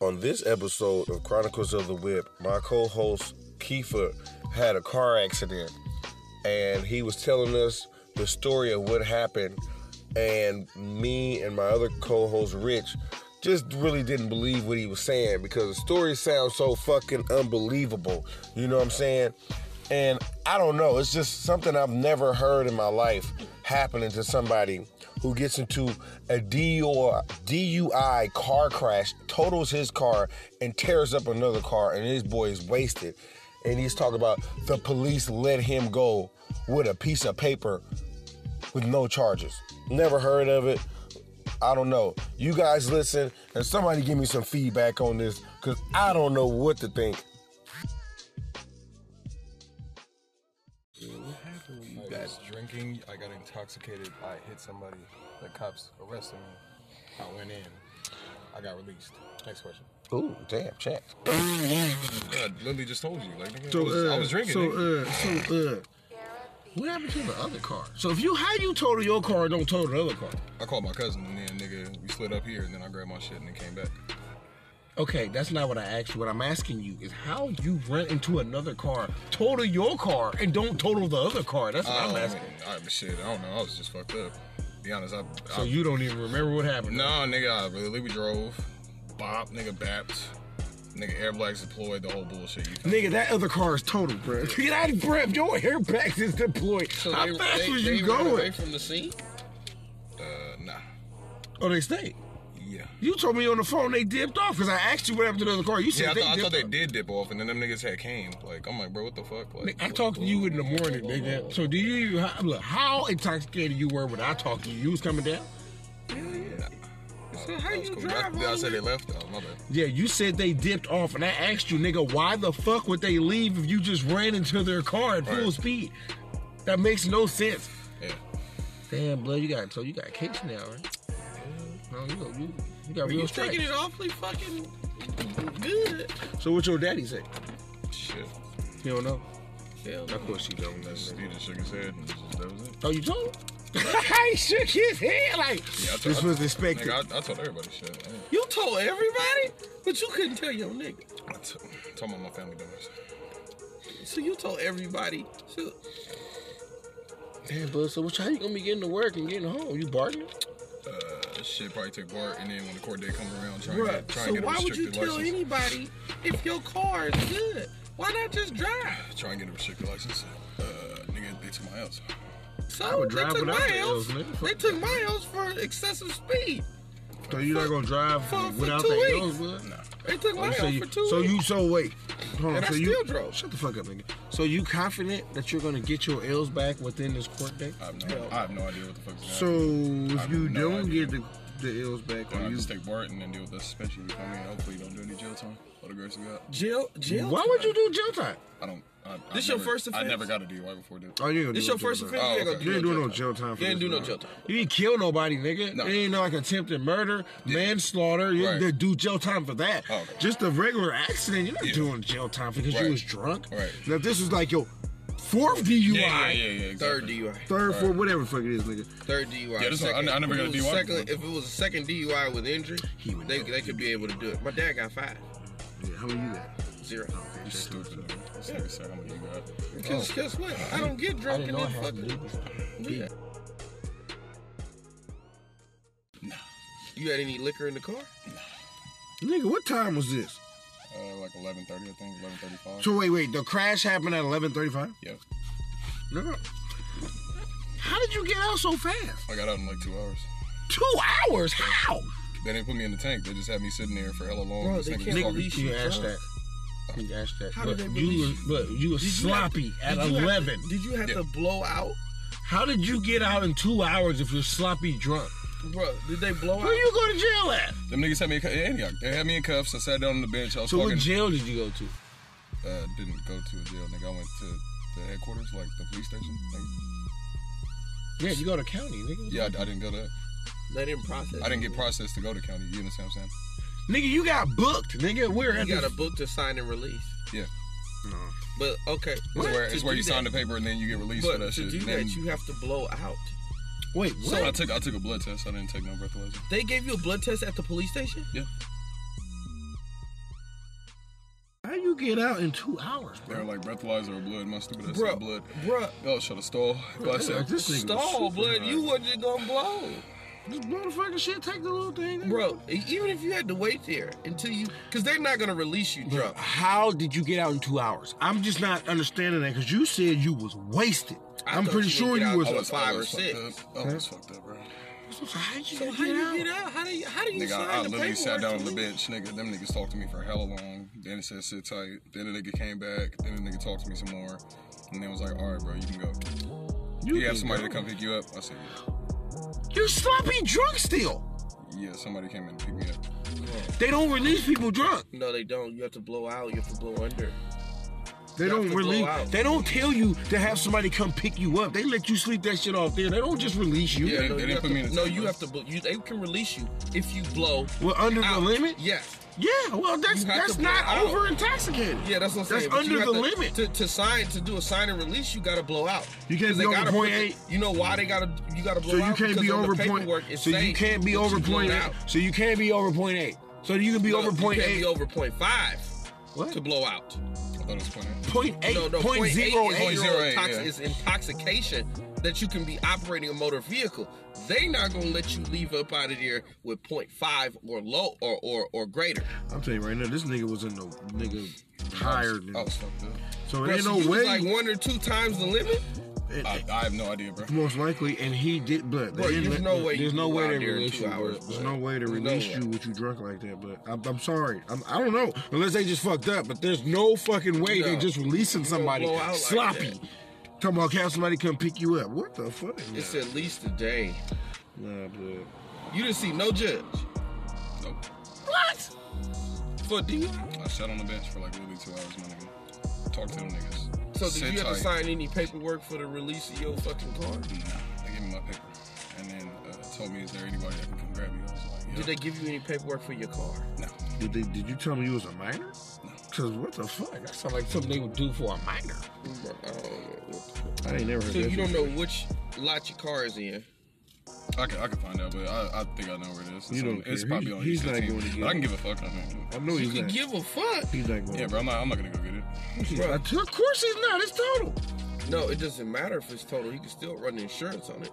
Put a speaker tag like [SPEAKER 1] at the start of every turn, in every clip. [SPEAKER 1] On this episode of Chronicles of the Whip, my co host Kiefer had a car accident and he was telling us the story of what happened. And me and my other co host Rich just really didn't believe what he was saying because the story sounds so fucking unbelievable. You know what I'm saying? And I don't know, it's just something I've never heard in my life happening to somebody who gets into a DUI, DUI car crash, totals his car, and tears up another car, and this boy is wasted. And he's talking about the police let him go with a piece of paper with no charges. Never heard of it. I don't know. You guys listen and somebody give me some feedback on this because I don't know what to think.
[SPEAKER 2] I was drinking. I got intoxicated. I hit somebody. The cops arrested me. I went in. I got released. Next question.
[SPEAKER 1] Ooh, damn, check.
[SPEAKER 2] Yeah, Lily just told you. Like, nigga, I, was, I was drinking.
[SPEAKER 3] So,
[SPEAKER 2] nigga.
[SPEAKER 3] uh, so, uh,
[SPEAKER 1] What happened to the other car?
[SPEAKER 3] so if you how you total your car, don't total the other car.
[SPEAKER 2] I called my cousin and then nigga, we split up here and then I grabbed my shit and then came back.
[SPEAKER 3] Okay, that's not what I asked you. What I'm asking you is how you run into another car, total your car, and don't total the other car. That's what I'm
[SPEAKER 2] I,
[SPEAKER 3] asking.
[SPEAKER 2] I, shit, I don't know. I was just fucked up. To be honest, I.
[SPEAKER 3] So
[SPEAKER 2] I
[SPEAKER 3] you don't even remember what happened.
[SPEAKER 2] no, nigga, I really we drove. Bop, nigga, bapped. Nigga, air blacks deployed. The whole bullshit. You
[SPEAKER 3] Nigga, that other car is total, bro. Get out, bro. Your airbags is deployed. how fast was you going?
[SPEAKER 4] from the scene?
[SPEAKER 2] Uh, nah.
[SPEAKER 3] oh, they stayed.
[SPEAKER 2] Yeah.
[SPEAKER 3] You told me on the phone they dipped off because I asked you what happened to the other car. You said
[SPEAKER 2] Yeah, I,
[SPEAKER 3] they
[SPEAKER 2] thought I
[SPEAKER 3] dipped
[SPEAKER 2] thought they
[SPEAKER 3] off.
[SPEAKER 2] did dip off, and then them niggas had came. Like, I'm like, bro, what the fuck? Like,
[SPEAKER 3] I talked to you in the morning,
[SPEAKER 2] Oh.
[SPEAKER 3] nigga. So do you how, look how intoxicated you were when I talked to you? You was coming down.
[SPEAKER 2] Nah.
[SPEAKER 3] So how
[SPEAKER 2] That was
[SPEAKER 3] you
[SPEAKER 2] cool.
[SPEAKER 3] drive
[SPEAKER 2] I, I
[SPEAKER 3] all
[SPEAKER 2] said
[SPEAKER 3] the-
[SPEAKER 2] they left though. My bad.
[SPEAKER 3] Yeah, you said they dipped off, and I asked you, nigga, why the fuck would they leave if you just ran into their car at full
[SPEAKER 2] Right.
[SPEAKER 3] speed? That makes no sense.
[SPEAKER 2] Yeah.
[SPEAKER 3] Damn, blood, you got so you got case now, right? No, you got you, you got real
[SPEAKER 4] You taking
[SPEAKER 3] strikes.
[SPEAKER 4] it awfully fucking good.
[SPEAKER 3] So what your daddy say?
[SPEAKER 2] Shit.
[SPEAKER 3] You don't know.
[SPEAKER 4] Hell
[SPEAKER 3] Of course you don't.
[SPEAKER 2] That's just, he just shook his head and just, that was it.
[SPEAKER 3] Oh, you told? him? he shook his head like
[SPEAKER 2] Yeah, I told-
[SPEAKER 3] this was
[SPEAKER 2] I-
[SPEAKER 3] expected.
[SPEAKER 2] Nigga, I, I told everybody shit. I,
[SPEAKER 4] You told everybody, but you couldn't tell your nigga.
[SPEAKER 2] I t- told my- my family members.
[SPEAKER 4] So you told everybody. Shoot.
[SPEAKER 3] Damn, blood. So what? How you gonna be getting to work and getting home? You bargaining?
[SPEAKER 2] Uh, shit probably took Bart, and then when the court date comes around, trying to
[SPEAKER 4] Bruh.
[SPEAKER 2] get, try
[SPEAKER 4] So
[SPEAKER 2] and get
[SPEAKER 4] why
[SPEAKER 2] a
[SPEAKER 4] would you
[SPEAKER 2] restricted
[SPEAKER 4] tell
[SPEAKER 2] license.
[SPEAKER 4] anybody if your car is good? Why not just drive?
[SPEAKER 2] Try and get a restricted license. Uh, nigga, they took my house.
[SPEAKER 4] So
[SPEAKER 3] I would drive
[SPEAKER 4] they took
[SPEAKER 3] without
[SPEAKER 4] my
[SPEAKER 3] the L's,
[SPEAKER 4] house.
[SPEAKER 3] nigga.
[SPEAKER 4] They took my house for excessive speed.
[SPEAKER 3] So you're not gonna drive
[SPEAKER 4] For- for
[SPEAKER 3] without
[SPEAKER 4] two
[SPEAKER 3] that
[SPEAKER 4] weeks.
[SPEAKER 3] nose, blood?
[SPEAKER 2] Nah.
[SPEAKER 4] They took my
[SPEAKER 3] Oh,
[SPEAKER 4] house
[SPEAKER 3] so, you,
[SPEAKER 4] for two
[SPEAKER 3] so
[SPEAKER 4] weeks.
[SPEAKER 3] you so wait. Hold on.
[SPEAKER 4] And I
[SPEAKER 3] so you
[SPEAKER 4] still drove.
[SPEAKER 3] Shut the fuck up, nigga. So you confident that you're gonna get your L's back within this court date?
[SPEAKER 2] I have no, I have no idea what the fuck.
[SPEAKER 3] So if
[SPEAKER 2] have
[SPEAKER 3] you
[SPEAKER 2] no
[SPEAKER 3] don't
[SPEAKER 2] idea.
[SPEAKER 3] get the, the L's back,
[SPEAKER 2] Then
[SPEAKER 3] are
[SPEAKER 2] I
[SPEAKER 3] you?
[SPEAKER 2] just take Bart and then deal with the suspension. You feel me? And hopefully, you don't do any jail time. All the grace of God.
[SPEAKER 4] jail, jail.
[SPEAKER 3] Why would you do jail time?
[SPEAKER 2] I don't. I, I
[SPEAKER 4] This your
[SPEAKER 2] never-
[SPEAKER 4] first
[SPEAKER 2] I
[SPEAKER 4] offense?
[SPEAKER 2] never got a DUI before, dude.
[SPEAKER 3] Oh, you ain't gonna
[SPEAKER 4] This
[SPEAKER 3] do
[SPEAKER 4] your
[SPEAKER 3] no
[SPEAKER 4] first
[SPEAKER 3] jail
[SPEAKER 4] offense.
[SPEAKER 3] time.
[SPEAKER 2] Oh,
[SPEAKER 4] you ain't gonna
[SPEAKER 2] okay.
[SPEAKER 3] You ain't
[SPEAKER 4] do
[SPEAKER 3] doing no jail time. For
[SPEAKER 4] You ain't
[SPEAKER 3] this,
[SPEAKER 4] do no
[SPEAKER 3] bro.
[SPEAKER 4] jail time.
[SPEAKER 3] You didn't kill nobody, nigga.
[SPEAKER 2] No.
[SPEAKER 3] It ain't like attempted murder, manslaughter. You
[SPEAKER 2] Right.
[SPEAKER 3] they do jail time for that.
[SPEAKER 2] Oh, okay.
[SPEAKER 3] Just a regular accident, you're not
[SPEAKER 2] Yeah.
[SPEAKER 3] doing jail time because you
[SPEAKER 2] Right.
[SPEAKER 3] was drunk.
[SPEAKER 2] Right.
[SPEAKER 3] Now if this was like your fourth DUI,
[SPEAKER 2] Yeah, yeah, yeah, yeah. Exactly.
[SPEAKER 4] Third DUI.
[SPEAKER 3] third, fourth, whatever the fuck it is, nigga.
[SPEAKER 4] Third DUI.
[SPEAKER 2] Yeah, this one- I
[SPEAKER 4] second,
[SPEAKER 2] ne- I never
[SPEAKER 4] if
[SPEAKER 2] got a
[SPEAKER 4] it was
[SPEAKER 2] DUI
[SPEAKER 4] second-
[SPEAKER 2] before.
[SPEAKER 4] if it was a second DUI with injury,
[SPEAKER 3] He would
[SPEAKER 4] they,
[SPEAKER 3] know.
[SPEAKER 4] they could be able to do it. My dad got five,
[SPEAKER 3] Yeah, how many you got?
[SPEAKER 4] zero.
[SPEAKER 2] You stupid nigga. This nigga said I'm a DUI.
[SPEAKER 4] Because guess what? I don't get drunk and then fucking. Yeah. You had any liquor in the car?
[SPEAKER 3] Nigga, what time was this?
[SPEAKER 2] Uh, like 11:30, I think 11:35.
[SPEAKER 3] So wait, wait, the crash happened at eleven thirty-five.
[SPEAKER 2] Yeah,
[SPEAKER 3] No, no. How did you get out so fast?
[SPEAKER 2] I got out in like two hours.
[SPEAKER 3] Two hours? How?
[SPEAKER 2] They didn't put me in the tank. They just had me sitting there for hella long.
[SPEAKER 4] Bro,
[SPEAKER 2] This
[SPEAKER 4] they
[SPEAKER 2] nigga
[SPEAKER 4] can't
[SPEAKER 2] was
[SPEAKER 3] Nigga,
[SPEAKER 2] talking.
[SPEAKER 4] release-
[SPEAKER 3] you
[SPEAKER 4] you
[SPEAKER 3] asked that.
[SPEAKER 4] drunk.
[SPEAKER 3] You asked that.
[SPEAKER 4] How
[SPEAKER 3] but
[SPEAKER 4] did they
[SPEAKER 3] you was,
[SPEAKER 4] release
[SPEAKER 3] but you was
[SPEAKER 4] Did you have-
[SPEAKER 3] sloppy at
[SPEAKER 4] did you have-
[SPEAKER 3] eleven.
[SPEAKER 4] did you have
[SPEAKER 2] Yeah.
[SPEAKER 4] to blow out?
[SPEAKER 3] How did you get out in two hours if you're sloppy drunk?
[SPEAKER 4] Bro, did they blow out?
[SPEAKER 3] Where you go to jail at?
[SPEAKER 2] Them niggas had me. In, cu- in Antioch. They had me in cuffs. I sat down on the bench. I was
[SPEAKER 3] So what
[SPEAKER 2] fucking.
[SPEAKER 3] jail did you go to?
[SPEAKER 2] uh, didn't go to a jail, nigga. I went to the headquarters, like the police station. Like,
[SPEAKER 3] Yeah, you go to county, nigga.
[SPEAKER 2] yeah, I, I didn't go to.
[SPEAKER 4] They didn't process.
[SPEAKER 2] I didn't
[SPEAKER 4] it.
[SPEAKER 2] get processed to go to county. You understand what I'm
[SPEAKER 3] Nigga, you got booked, nigga. We're
[SPEAKER 4] You
[SPEAKER 3] at
[SPEAKER 4] got
[SPEAKER 3] the
[SPEAKER 4] a book to sign and release.
[SPEAKER 2] saying? Yeah,
[SPEAKER 3] No.
[SPEAKER 4] But okay,
[SPEAKER 2] it's where,
[SPEAKER 4] to
[SPEAKER 2] it's where
[SPEAKER 4] do
[SPEAKER 2] you
[SPEAKER 4] that-
[SPEAKER 2] sign the paper and then you get released for
[SPEAKER 4] But
[SPEAKER 2] that shit.
[SPEAKER 4] to do
[SPEAKER 2] And
[SPEAKER 4] that,
[SPEAKER 2] then-
[SPEAKER 4] you have to blow out.
[SPEAKER 3] Wait, what?
[SPEAKER 2] so I took I took a blood test. I didn't take no breathalyzer.
[SPEAKER 4] They gave you a blood test at the police station.
[SPEAKER 2] Yeah.
[SPEAKER 3] you get out in two hours,
[SPEAKER 5] They
[SPEAKER 3] bro?
[SPEAKER 5] were like breathalyzer or blood. My stupid ass
[SPEAKER 4] Bruh,
[SPEAKER 5] said blood.
[SPEAKER 4] bruh.
[SPEAKER 5] Oh, should have stole. But I
[SPEAKER 3] Bruh,
[SPEAKER 5] said,
[SPEAKER 3] this nigga-
[SPEAKER 4] Stall, blood. You wasn't just gonna blow,
[SPEAKER 3] Just blow the fucking shit. Take the little thing,
[SPEAKER 4] bro. Even if you had to wait there until you, because they're not gonna release you
[SPEAKER 3] Bro,
[SPEAKER 4] drunk.
[SPEAKER 3] how did you get out in two hours? I'm just not understanding that because you said you was wasted.
[SPEAKER 4] I
[SPEAKER 3] I'm
[SPEAKER 4] thought
[SPEAKER 3] pretty
[SPEAKER 4] you
[SPEAKER 3] sure
[SPEAKER 4] would get
[SPEAKER 3] you
[SPEAKER 4] out
[SPEAKER 3] was.
[SPEAKER 4] I
[SPEAKER 5] I
[SPEAKER 4] was five or
[SPEAKER 5] fucked
[SPEAKER 4] six.
[SPEAKER 5] up. I was fucked up, bro.
[SPEAKER 3] So how did you,
[SPEAKER 4] So
[SPEAKER 3] get,
[SPEAKER 4] how do
[SPEAKER 3] out?
[SPEAKER 4] you get out? How do you how do you
[SPEAKER 5] Nigga,
[SPEAKER 4] sign
[SPEAKER 5] I, I
[SPEAKER 4] the
[SPEAKER 5] literally sat
[SPEAKER 4] paperwork
[SPEAKER 5] down on
[SPEAKER 4] to
[SPEAKER 5] the
[SPEAKER 4] leave?
[SPEAKER 5] bench. Nigga, them niggas talked to me for hella long. Then it said sit tight. Then the nigga came back. Then the nigga talked to me some more. And then was like, all right, bro, you can go.
[SPEAKER 3] You,
[SPEAKER 5] Do you have
[SPEAKER 3] can
[SPEAKER 5] somebody
[SPEAKER 3] go.
[SPEAKER 5] to come pick you up? I said,
[SPEAKER 3] You sloppy drunk still.
[SPEAKER 5] yeah. Yeah, somebody came in and picked me up.
[SPEAKER 3] They don't release people drunk.
[SPEAKER 4] No, they don't. You have to blow out. You have to blow under.
[SPEAKER 3] They
[SPEAKER 4] You have
[SPEAKER 3] don't
[SPEAKER 4] to blow
[SPEAKER 3] release.
[SPEAKER 4] out.
[SPEAKER 3] They don't tell you to have somebody come pick you up. They let you sleep that shit off there. They don't just release you.
[SPEAKER 5] Yeah. they-
[SPEAKER 4] no,
[SPEAKER 5] they
[SPEAKER 4] you
[SPEAKER 5] didn't
[SPEAKER 4] have
[SPEAKER 5] put
[SPEAKER 4] to-
[SPEAKER 5] me in the
[SPEAKER 4] No,
[SPEAKER 5] top
[SPEAKER 4] you
[SPEAKER 5] list.
[SPEAKER 4] have to. bl- You, they can release you if you blow.
[SPEAKER 3] We're under the
[SPEAKER 4] out.
[SPEAKER 3] limit.
[SPEAKER 4] Yeah.
[SPEAKER 3] Yeah. Well, that's
[SPEAKER 4] You have
[SPEAKER 3] that's
[SPEAKER 4] to blow
[SPEAKER 3] not
[SPEAKER 4] out.
[SPEAKER 3] over intoxicated.
[SPEAKER 4] Yeah, that's what I'm
[SPEAKER 3] That's
[SPEAKER 4] saying. but you
[SPEAKER 3] under
[SPEAKER 4] have
[SPEAKER 3] the
[SPEAKER 4] to-
[SPEAKER 3] limit.
[SPEAKER 4] To, to sign to do a sign and release, you got to blow out.
[SPEAKER 3] You can't
[SPEAKER 4] 'Cause
[SPEAKER 3] be
[SPEAKER 4] they
[SPEAKER 3] over
[SPEAKER 4] gotta
[SPEAKER 3] point
[SPEAKER 4] put the-
[SPEAKER 3] eight.
[SPEAKER 4] You know why they got to? You got to blow
[SPEAKER 3] So you
[SPEAKER 4] out
[SPEAKER 3] can't
[SPEAKER 4] because
[SPEAKER 3] be
[SPEAKER 4] on
[SPEAKER 3] over
[SPEAKER 4] the
[SPEAKER 3] point.
[SPEAKER 4] paperwork, it's
[SPEAKER 3] So you
[SPEAKER 4] saying
[SPEAKER 3] can't be
[SPEAKER 4] that
[SPEAKER 3] over
[SPEAKER 4] you blown
[SPEAKER 3] point eight.
[SPEAKER 4] out.
[SPEAKER 3] So you can't be over point eight. So you can be
[SPEAKER 4] No,
[SPEAKER 3] over
[SPEAKER 4] you
[SPEAKER 3] point
[SPEAKER 4] can't
[SPEAKER 3] eight.
[SPEAKER 4] Be over point five
[SPEAKER 3] What?
[SPEAKER 4] to blow out.
[SPEAKER 5] I thought it was funny.
[SPEAKER 3] Point eight.
[SPEAKER 4] no, no,
[SPEAKER 3] point
[SPEAKER 4] point
[SPEAKER 3] zero eight.
[SPEAKER 4] eight is,
[SPEAKER 5] Point
[SPEAKER 4] your
[SPEAKER 5] zero eight,
[SPEAKER 4] intox-
[SPEAKER 5] yeah.
[SPEAKER 4] is intoxication that you can be operating a motor vehicle. They not gonna let you leave up out of there with point five or low or or, or greater.
[SPEAKER 3] I'm telling you right now, this nigga was in the nigga tired.
[SPEAKER 5] I
[SPEAKER 3] nigga.
[SPEAKER 5] was fucked up.
[SPEAKER 3] So
[SPEAKER 4] Oh, Bro,
[SPEAKER 3] there ain't
[SPEAKER 4] so
[SPEAKER 3] no
[SPEAKER 4] you was
[SPEAKER 3] way.
[SPEAKER 4] like one or two times the limit.
[SPEAKER 3] it-
[SPEAKER 5] I, I have no idea, bro.
[SPEAKER 3] most likely, and he did, but
[SPEAKER 4] Bro,
[SPEAKER 3] they didn't
[SPEAKER 4] there's
[SPEAKER 3] let-
[SPEAKER 4] no way
[SPEAKER 3] there's
[SPEAKER 4] you
[SPEAKER 3] no
[SPEAKER 4] go
[SPEAKER 3] way
[SPEAKER 4] out
[SPEAKER 3] they
[SPEAKER 4] there in
[SPEAKER 3] release
[SPEAKER 4] two
[SPEAKER 3] you. bro.
[SPEAKER 4] hours,
[SPEAKER 3] There's
[SPEAKER 4] but
[SPEAKER 3] no way to
[SPEAKER 4] there's no
[SPEAKER 3] release
[SPEAKER 4] way.
[SPEAKER 3] you with you drunk like that. But I'm, I'm sorry, I'm, I don't know unless they just fucked up. But there's no fucking way
[SPEAKER 4] No.
[SPEAKER 3] they're just releasing somebody
[SPEAKER 4] blow out like
[SPEAKER 3] sloppy. Come on, have somebody come pick you up. What the fuck?
[SPEAKER 4] It's at least a day.
[SPEAKER 3] Nah, blood.
[SPEAKER 4] You didn't see no judge
[SPEAKER 5] Nope.
[SPEAKER 3] What?
[SPEAKER 4] for DUI.
[SPEAKER 5] I sat on the bench for like really two hours, my nigga. Talked to them niggas.
[SPEAKER 4] So did
[SPEAKER 5] Sit
[SPEAKER 4] you have
[SPEAKER 5] tight.
[SPEAKER 4] to sign any paperwork for the release of your fucking car?
[SPEAKER 5] Nah, they gave me my paper. And then uh, told me, is there anybody that can come grab you? I was like, yeah.
[SPEAKER 4] Did they give you any paperwork for your car?
[SPEAKER 5] No.
[SPEAKER 3] Did, they, did you tell me you was a minor? Cause what the fuck? That sounds like something they would do for a minor.
[SPEAKER 4] Bro, I don't know.
[SPEAKER 3] I ain't never heard
[SPEAKER 4] So
[SPEAKER 3] that
[SPEAKER 4] you don't
[SPEAKER 3] shit.
[SPEAKER 4] know which lot your car is in.
[SPEAKER 5] I can, I can find out, but I, I think I know where it is. It's,
[SPEAKER 3] You
[SPEAKER 5] on-
[SPEAKER 3] don't
[SPEAKER 5] it's
[SPEAKER 3] care.
[SPEAKER 5] probably
[SPEAKER 3] He-
[SPEAKER 5] on
[SPEAKER 3] he's not
[SPEAKER 5] E15,
[SPEAKER 3] going to
[SPEAKER 5] but
[SPEAKER 3] get
[SPEAKER 5] I can
[SPEAKER 3] it.
[SPEAKER 5] give a fuck. I mean,
[SPEAKER 3] I know
[SPEAKER 4] You
[SPEAKER 3] he's
[SPEAKER 4] can
[SPEAKER 3] not.
[SPEAKER 4] give a fuck.
[SPEAKER 3] he's not going.
[SPEAKER 5] yeah, bro, I'm not, I'm not going to go get it.
[SPEAKER 4] Bro.
[SPEAKER 3] Of course he's not. It's total.
[SPEAKER 4] No, it doesn't matter if it's total. You can still run the insurance on it.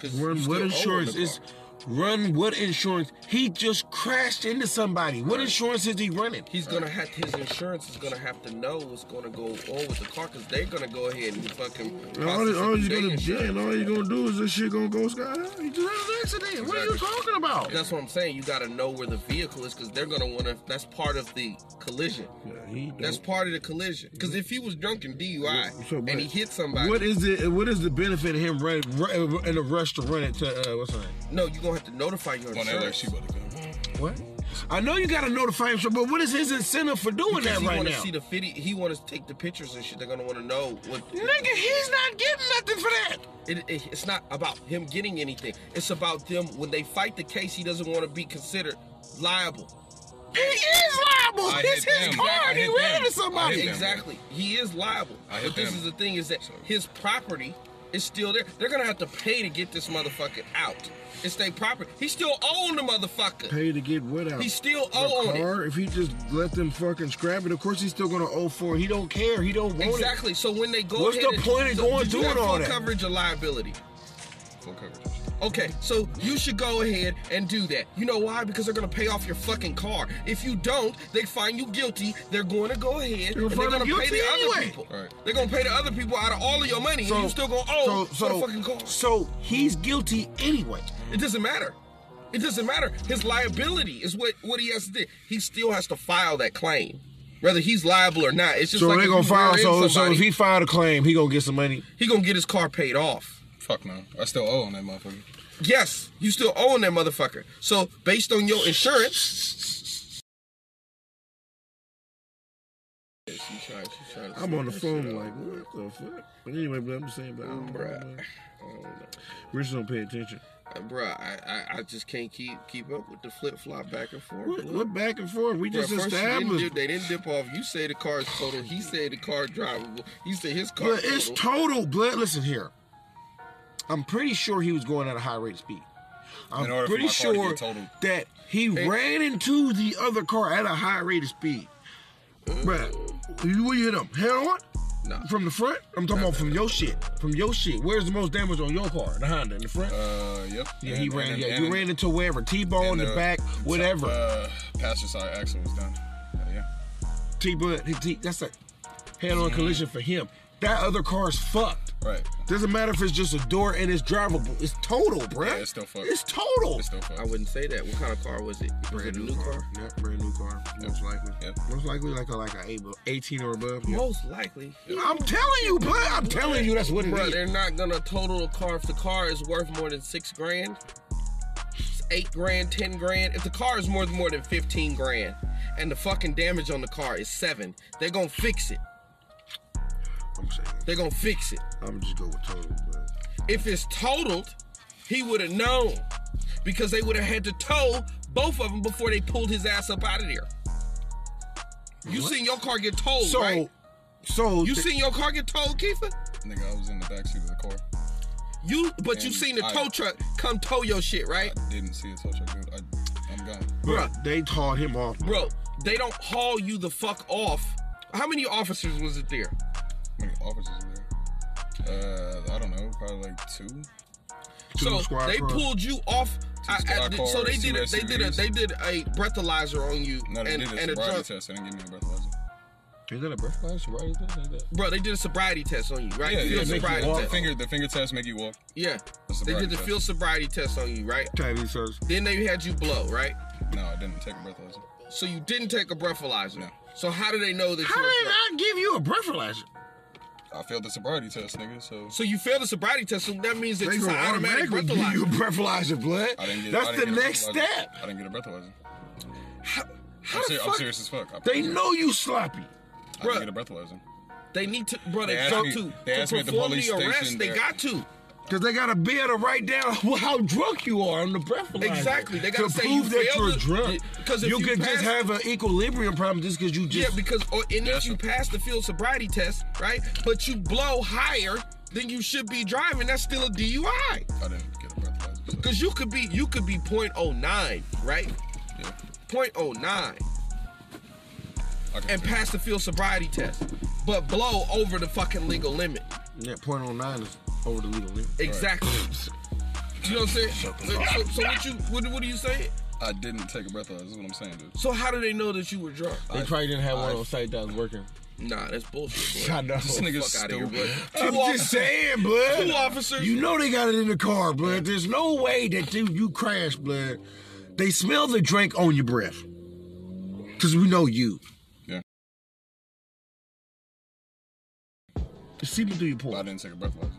[SPEAKER 4] 'Cause you
[SPEAKER 3] Run
[SPEAKER 4] still
[SPEAKER 3] what
[SPEAKER 4] owe him
[SPEAKER 3] insurance
[SPEAKER 4] the
[SPEAKER 3] is?
[SPEAKER 4] car.
[SPEAKER 3] Run what insurance? He just crashed into somebody. What insurance is he running?
[SPEAKER 4] He's gonna have his insurance is gonna have to know what's gonna go on with the car because they're gonna go ahead and fucking.
[SPEAKER 3] And All,
[SPEAKER 4] process
[SPEAKER 3] all
[SPEAKER 4] it
[SPEAKER 3] you
[SPEAKER 4] through their
[SPEAKER 3] gonna yeah,
[SPEAKER 4] insurance.
[SPEAKER 3] and all you gonna do is this shit gonna go sky high. He just had an accident. What are you
[SPEAKER 5] Exactly.
[SPEAKER 3] talking about?
[SPEAKER 4] That's what I'm saying. You gotta know where the vehicle is because they're gonna wanna. That's part of the collision.
[SPEAKER 3] Yeah, he
[SPEAKER 4] That's
[SPEAKER 3] don't-
[SPEAKER 4] part of the collision. Because if he was drunk and DUI
[SPEAKER 3] So,
[SPEAKER 4] and
[SPEAKER 3] but
[SPEAKER 4] he hit somebody,
[SPEAKER 3] What is it? What is the benefit of him running run, in a rush to run it to uh, what's her name?
[SPEAKER 4] no, you're gonna have to notify your
[SPEAKER 5] On that, like,
[SPEAKER 4] insurance.
[SPEAKER 5] she about to come.
[SPEAKER 3] What? I know you gotta notify him, but what is his incentive for doing
[SPEAKER 4] Because
[SPEAKER 3] that
[SPEAKER 4] he
[SPEAKER 3] right
[SPEAKER 4] wanna
[SPEAKER 3] now?
[SPEAKER 4] see the video. He wanna take the pictures and shit. They're gonna wanna know what.
[SPEAKER 3] Nigga, he's not getting nothing for that.
[SPEAKER 4] It, it, it's not about him getting anything. It's about them when they fight the case. He doesn't want to be considered liable.
[SPEAKER 3] He is liable.
[SPEAKER 5] I
[SPEAKER 3] it's
[SPEAKER 5] hit
[SPEAKER 3] his
[SPEAKER 5] them.
[SPEAKER 3] car.
[SPEAKER 5] I
[SPEAKER 3] He
[SPEAKER 5] hit
[SPEAKER 3] ran
[SPEAKER 5] them.
[SPEAKER 3] into
[SPEAKER 5] I hit
[SPEAKER 3] somebody.
[SPEAKER 5] them.
[SPEAKER 4] exactly, he is liable.
[SPEAKER 5] I
[SPEAKER 4] But
[SPEAKER 5] hit
[SPEAKER 4] this
[SPEAKER 5] them.
[SPEAKER 4] is the thing: is that his property is still there. They're gonna have to pay to get this motherfucker out. It's their property. He still own the motherfucker.
[SPEAKER 3] Pay to get what out?
[SPEAKER 4] He still
[SPEAKER 3] The
[SPEAKER 4] own it.
[SPEAKER 3] car. If he just let them fucking scrap it, of course he's still gonna owe for it. He don't care. He don't want
[SPEAKER 4] Exactly. So when they go,
[SPEAKER 3] What's
[SPEAKER 4] ahead
[SPEAKER 3] the
[SPEAKER 4] and-
[SPEAKER 3] point of
[SPEAKER 4] so
[SPEAKER 3] going
[SPEAKER 4] you
[SPEAKER 3] through
[SPEAKER 4] have
[SPEAKER 3] it all
[SPEAKER 4] full
[SPEAKER 3] that?
[SPEAKER 4] Coverage of liability.
[SPEAKER 5] Full coverage.
[SPEAKER 4] Okay, so you should go ahead and do that. You know why? Because they're gonna pay off your fucking car. If you don't, they find you guilty. They're going to go ahead
[SPEAKER 3] They're gonna
[SPEAKER 4] and they're
[SPEAKER 3] find
[SPEAKER 4] gonna
[SPEAKER 3] you
[SPEAKER 4] pay the
[SPEAKER 3] guilty
[SPEAKER 4] other
[SPEAKER 3] anyway.
[SPEAKER 4] people.
[SPEAKER 5] Right.
[SPEAKER 4] They're gonna pay the other people out of all of your money,
[SPEAKER 3] it.
[SPEAKER 4] and you still gonna
[SPEAKER 3] so,
[SPEAKER 4] owe for
[SPEAKER 3] so,
[SPEAKER 4] the fucking car.
[SPEAKER 3] so he's guilty anyway.
[SPEAKER 4] It doesn't matter. It doesn't matter. His liability is what what he has to do. He still has to file that claim, whether he's liable or not. It's just
[SPEAKER 3] So
[SPEAKER 4] like
[SPEAKER 3] they
[SPEAKER 4] if
[SPEAKER 3] gonna
[SPEAKER 4] you
[SPEAKER 3] file.
[SPEAKER 4] rear-end
[SPEAKER 3] So, so
[SPEAKER 4] somebody,
[SPEAKER 3] if he filed a claim, he gonna get some money.
[SPEAKER 4] he gonna get his car paid off.
[SPEAKER 5] Fuck no. I still owe on that motherfucker.
[SPEAKER 4] Yes, you still own that motherfucker. So based on your insurance,
[SPEAKER 3] I'm on the phone like, what the fuck? But anyway, but I'm just saying, but I don't know.
[SPEAKER 4] Oh, Bruh.
[SPEAKER 3] We're just don't pay attention.
[SPEAKER 4] Bro, I, I I just can't keep keep up with the flip flop back and forth.
[SPEAKER 3] We're,
[SPEAKER 4] bruh.
[SPEAKER 3] we're back and forth. We
[SPEAKER 4] Bruh,
[SPEAKER 3] just
[SPEAKER 4] first you didn't
[SPEAKER 3] established.
[SPEAKER 4] dip- they didn't dip off. You say the car's total. He said the car drivable. He said his car.
[SPEAKER 3] But it's
[SPEAKER 4] total.
[SPEAKER 3] total blood. Listen here. I'm pretty sure he was going at a high rate of speed. I'm
[SPEAKER 5] In order for
[SPEAKER 3] pretty
[SPEAKER 5] my car to
[SPEAKER 3] sure
[SPEAKER 5] get totaled.
[SPEAKER 3] that he ran into the other car at a high rate of speed. Bruh, you, where you hit him? Head on?
[SPEAKER 4] Nah.
[SPEAKER 3] From the front? I'm talking about from your shit. From your shit. Where's the most damage on your car? The Honda in the front?
[SPEAKER 2] Uh, yep.
[SPEAKER 3] yeah,
[SPEAKER 2] And-
[SPEAKER 3] he
[SPEAKER 2] and-
[SPEAKER 3] ran.
[SPEAKER 2] and-
[SPEAKER 3] yeah,
[SPEAKER 2] and-
[SPEAKER 3] you ran into wherever. T-bone
[SPEAKER 2] and,
[SPEAKER 3] in the
[SPEAKER 2] uh,
[SPEAKER 3] back, whatever.
[SPEAKER 2] Uh, passenger side axle was done. Yeah, yeah.
[SPEAKER 3] T-bone. he- he- That's a head-on collision for him. That other car's fucked.
[SPEAKER 2] Right.
[SPEAKER 3] Doesn't matter if it's just a door and it's drivable. It's total, bruh.
[SPEAKER 2] Yeah, it's still fucked.
[SPEAKER 3] It's total.
[SPEAKER 2] It's still
[SPEAKER 4] I
[SPEAKER 2] fucked.
[SPEAKER 4] wouldn't say that. What kind of car was it? Was it a new car?
[SPEAKER 3] Yeah, brand new car. Most likely.
[SPEAKER 2] Yep.
[SPEAKER 3] Most likely like a like a eight- 18 or above.
[SPEAKER 4] Most likely.
[SPEAKER 3] I'm telling you, bro. I'm telling you, that's what it
[SPEAKER 4] Bro,
[SPEAKER 3] is.
[SPEAKER 4] they're not gonna total a car if the car is worth more than six grand, it's eight grand, ten grand. If the car is more than more than fifteen grand, and the fucking damage on the car is seven, they're gonna fix it.
[SPEAKER 3] I'm saying.
[SPEAKER 4] They're gonna fix it.
[SPEAKER 3] I'm just go with total, bro.
[SPEAKER 4] If it's totaled, he would have known because they would have had to tow both of them before they pulled his ass up out of there. You seen your car get towed,
[SPEAKER 3] So,
[SPEAKER 4] right?
[SPEAKER 3] so
[SPEAKER 4] You
[SPEAKER 3] th-
[SPEAKER 4] seen your car get towed, Keefer?
[SPEAKER 2] Nigga, I was in the backseat of the car.
[SPEAKER 4] You, but you
[SPEAKER 2] And
[SPEAKER 4] seen the
[SPEAKER 2] I-
[SPEAKER 4] tow truck come tow your shit, right?
[SPEAKER 2] I didn't see a tow truck, dude. I, I'm gone.
[SPEAKER 3] bro, they taught him off.
[SPEAKER 4] Bro, they don't haul you the fuck off. How many officers was it there?
[SPEAKER 2] How many officers were there? Uh, I don't know, probably like two.
[SPEAKER 3] Two
[SPEAKER 4] so
[SPEAKER 3] squad
[SPEAKER 4] they
[SPEAKER 3] cars.
[SPEAKER 4] pulled you off.
[SPEAKER 2] Two
[SPEAKER 4] I- I-
[SPEAKER 2] squad
[SPEAKER 4] so they
[SPEAKER 2] cars,
[SPEAKER 4] did
[SPEAKER 2] two
[SPEAKER 4] a, they did a
[SPEAKER 2] SUVs.
[SPEAKER 4] they did a breathalyzer on you
[SPEAKER 2] No, they
[SPEAKER 4] and,
[SPEAKER 2] did a
[SPEAKER 4] and a
[SPEAKER 2] sobriety
[SPEAKER 4] drug.
[SPEAKER 2] test. They didn't give me a breathalyzer.
[SPEAKER 3] Is that a breathalyzer? Right? Is that- is that-
[SPEAKER 4] Bro, they did a sobriety test on you, right?
[SPEAKER 2] Yeah, yeah,
[SPEAKER 4] field
[SPEAKER 2] make you
[SPEAKER 4] sobriety
[SPEAKER 2] walk.
[SPEAKER 4] test.
[SPEAKER 2] Finger, the finger test make you walk.
[SPEAKER 4] Yeah,
[SPEAKER 2] The
[SPEAKER 4] they
[SPEAKER 2] sobriety
[SPEAKER 4] did the
[SPEAKER 2] test.
[SPEAKER 4] field sobriety test on you, right?
[SPEAKER 3] Tabby says.
[SPEAKER 4] Then they had you blow, right?
[SPEAKER 2] No, I didn't take a breathalyzer.
[SPEAKER 4] So you didn't take a breathalyzer.
[SPEAKER 2] No.
[SPEAKER 4] So how do they know that
[SPEAKER 3] How
[SPEAKER 4] you?
[SPEAKER 3] did
[SPEAKER 4] Were drunk?
[SPEAKER 3] I give you a breathalyzer?
[SPEAKER 2] I failed the sobriety test, nigga. So
[SPEAKER 4] So you failed the sobriety test. So that means that
[SPEAKER 3] They
[SPEAKER 4] you an
[SPEAKER 3] gonna
[SPEAKER 4] automatic
[SPEAKER 3] automatically give you a
[SPEAKER 4] breathalyzer.
[SPEAKER 3] breathalyzer, blood.
[SPEAKER 2] I didn't get. I
[SPEAKER 3] That's the
[SPEAKER 2] didn't get a
[SPEAKER 3] next
[SPEAKER 2] breathalyzer.
[SPEAKER 3] step.
[SPEAKER 2] I didn't get a breathalyzer.
[SPEAKER 4] How, how
[SPEAKER 2] I'm,
[SPEAKER 4] the
[SPEAKER 2] ser- I'm
[SPEAKER 4] fuck?
[SPEAKER 2] serious as fuck. I
[SPEAKER 3] They
[SPEAKER 2] promise.
[SPEAKER 3] know you sloppy.
[SPEAKER 2] I didn't
[SPEAKER 4] Bruh.
[SPEAKER 2] get a breathalyzer.
[SPEAKER 4] They need to, bro. They,
[SPEAKER 2] They asked
[SPEAKER 4] got
[SPEAKER 2] me-
[SPEAKER 4] to.
[SPEAKER 2] they
[SPEAKER 4] to
[SPEAKER 2] asked me at the
[SPEAKER 4] perform
[SPEAKER 2] police
[SPEAKER 4] the arrest,
[SPEAKER 2] station
[SPEAKER 4] They
[SPEAKER 2] there.
[SPEAKER 4] got to.
[SPEAKER 3] Cause they gotta be able to write down how drunk you are on the breathalyzer.
[SPEAKER 4] Exactly. They gotta
[SPEAKER 3] to
[SPEAKER 4] say
[SPEAKER 3] prove
[SPEAKER 4] you
[SPEAKER 3] that
[SPEAKER 4] failed
[SPEAKER 3] you're
[SPEAKER 4] the-
[SPEAKER 3] drunk.
[SPEAKER 4] because if
[SPEAKER 3] you,
[SPEAKER 4] you
[SPEAKER 3] could just
[SPEAKER 4] pass-
[SPEAKER 3] have an equilibrium problem just because you
[SPEAKER 4] yeah,
[SPEAKER 3] just
[SPEAKER 4] because or, and if
[SPEAKER 2] That's
[SPEAKER 4] you
[SPEAKER 2] a-
[SPEAKER 4] pass the field sobriety test, right? But you blow higher than you should be driving. That's still a DUI.
[SPEAKER 2] I didn't get a breathalyzer. So,
[SPEAKER 4] Because you could be you could be 0.09, right?
[SPEAKER 2] yeah,
[SPEAKER 4] 0.09
[SPEAKER 2] I can
[SPEAKER 4] and
[SPEAKER 2] feel-
[SPEAKER 4] pass the field sobriety test, but blow over the fucking legal limit.
[SPEAKER 3] yeah, point oh nine is over the legal limit.
[SPEAKER 4] Exactly. You know what I'm saying? So, so what you what, what do you say?
[SPEAKER 2] I didn't take a breathalyzer. Is what I'm saying, dude.
[SPEAKER 4] So how do they know that you were drunk?
[SPEAKER 3] They probably didn't have one
[SPEAKER 2] I-
[SPEAKER 3] on site that was working.
[SPEAKER 4] Nah, that's bullshit. Boy.
[SPEAKER 3] I know.
[SPEAKER 2] This nigga
[SPEAKER 4] fuck outta here,
[SPEAKER 2] stupid.
[SPEAKER 4] boy.
[SPEAKER 3] I'm
[SPEAKER 4] Two off-
[SPEAKER 3] just saying, blood.
[SPEAKER 4] Two officers.
[SPEAKER 3] You know they got it in the car, blood. There's no way that you, you crash, blood. They smell the drink on your breath. Cause we know you.
[SPEAKER 2] Yeah.
[SPEAKER 3] See me do your
[SPEAKER 2] I
[SPEAKER 3] point.
[SPEAKER 2] didn't take a breathalyzer.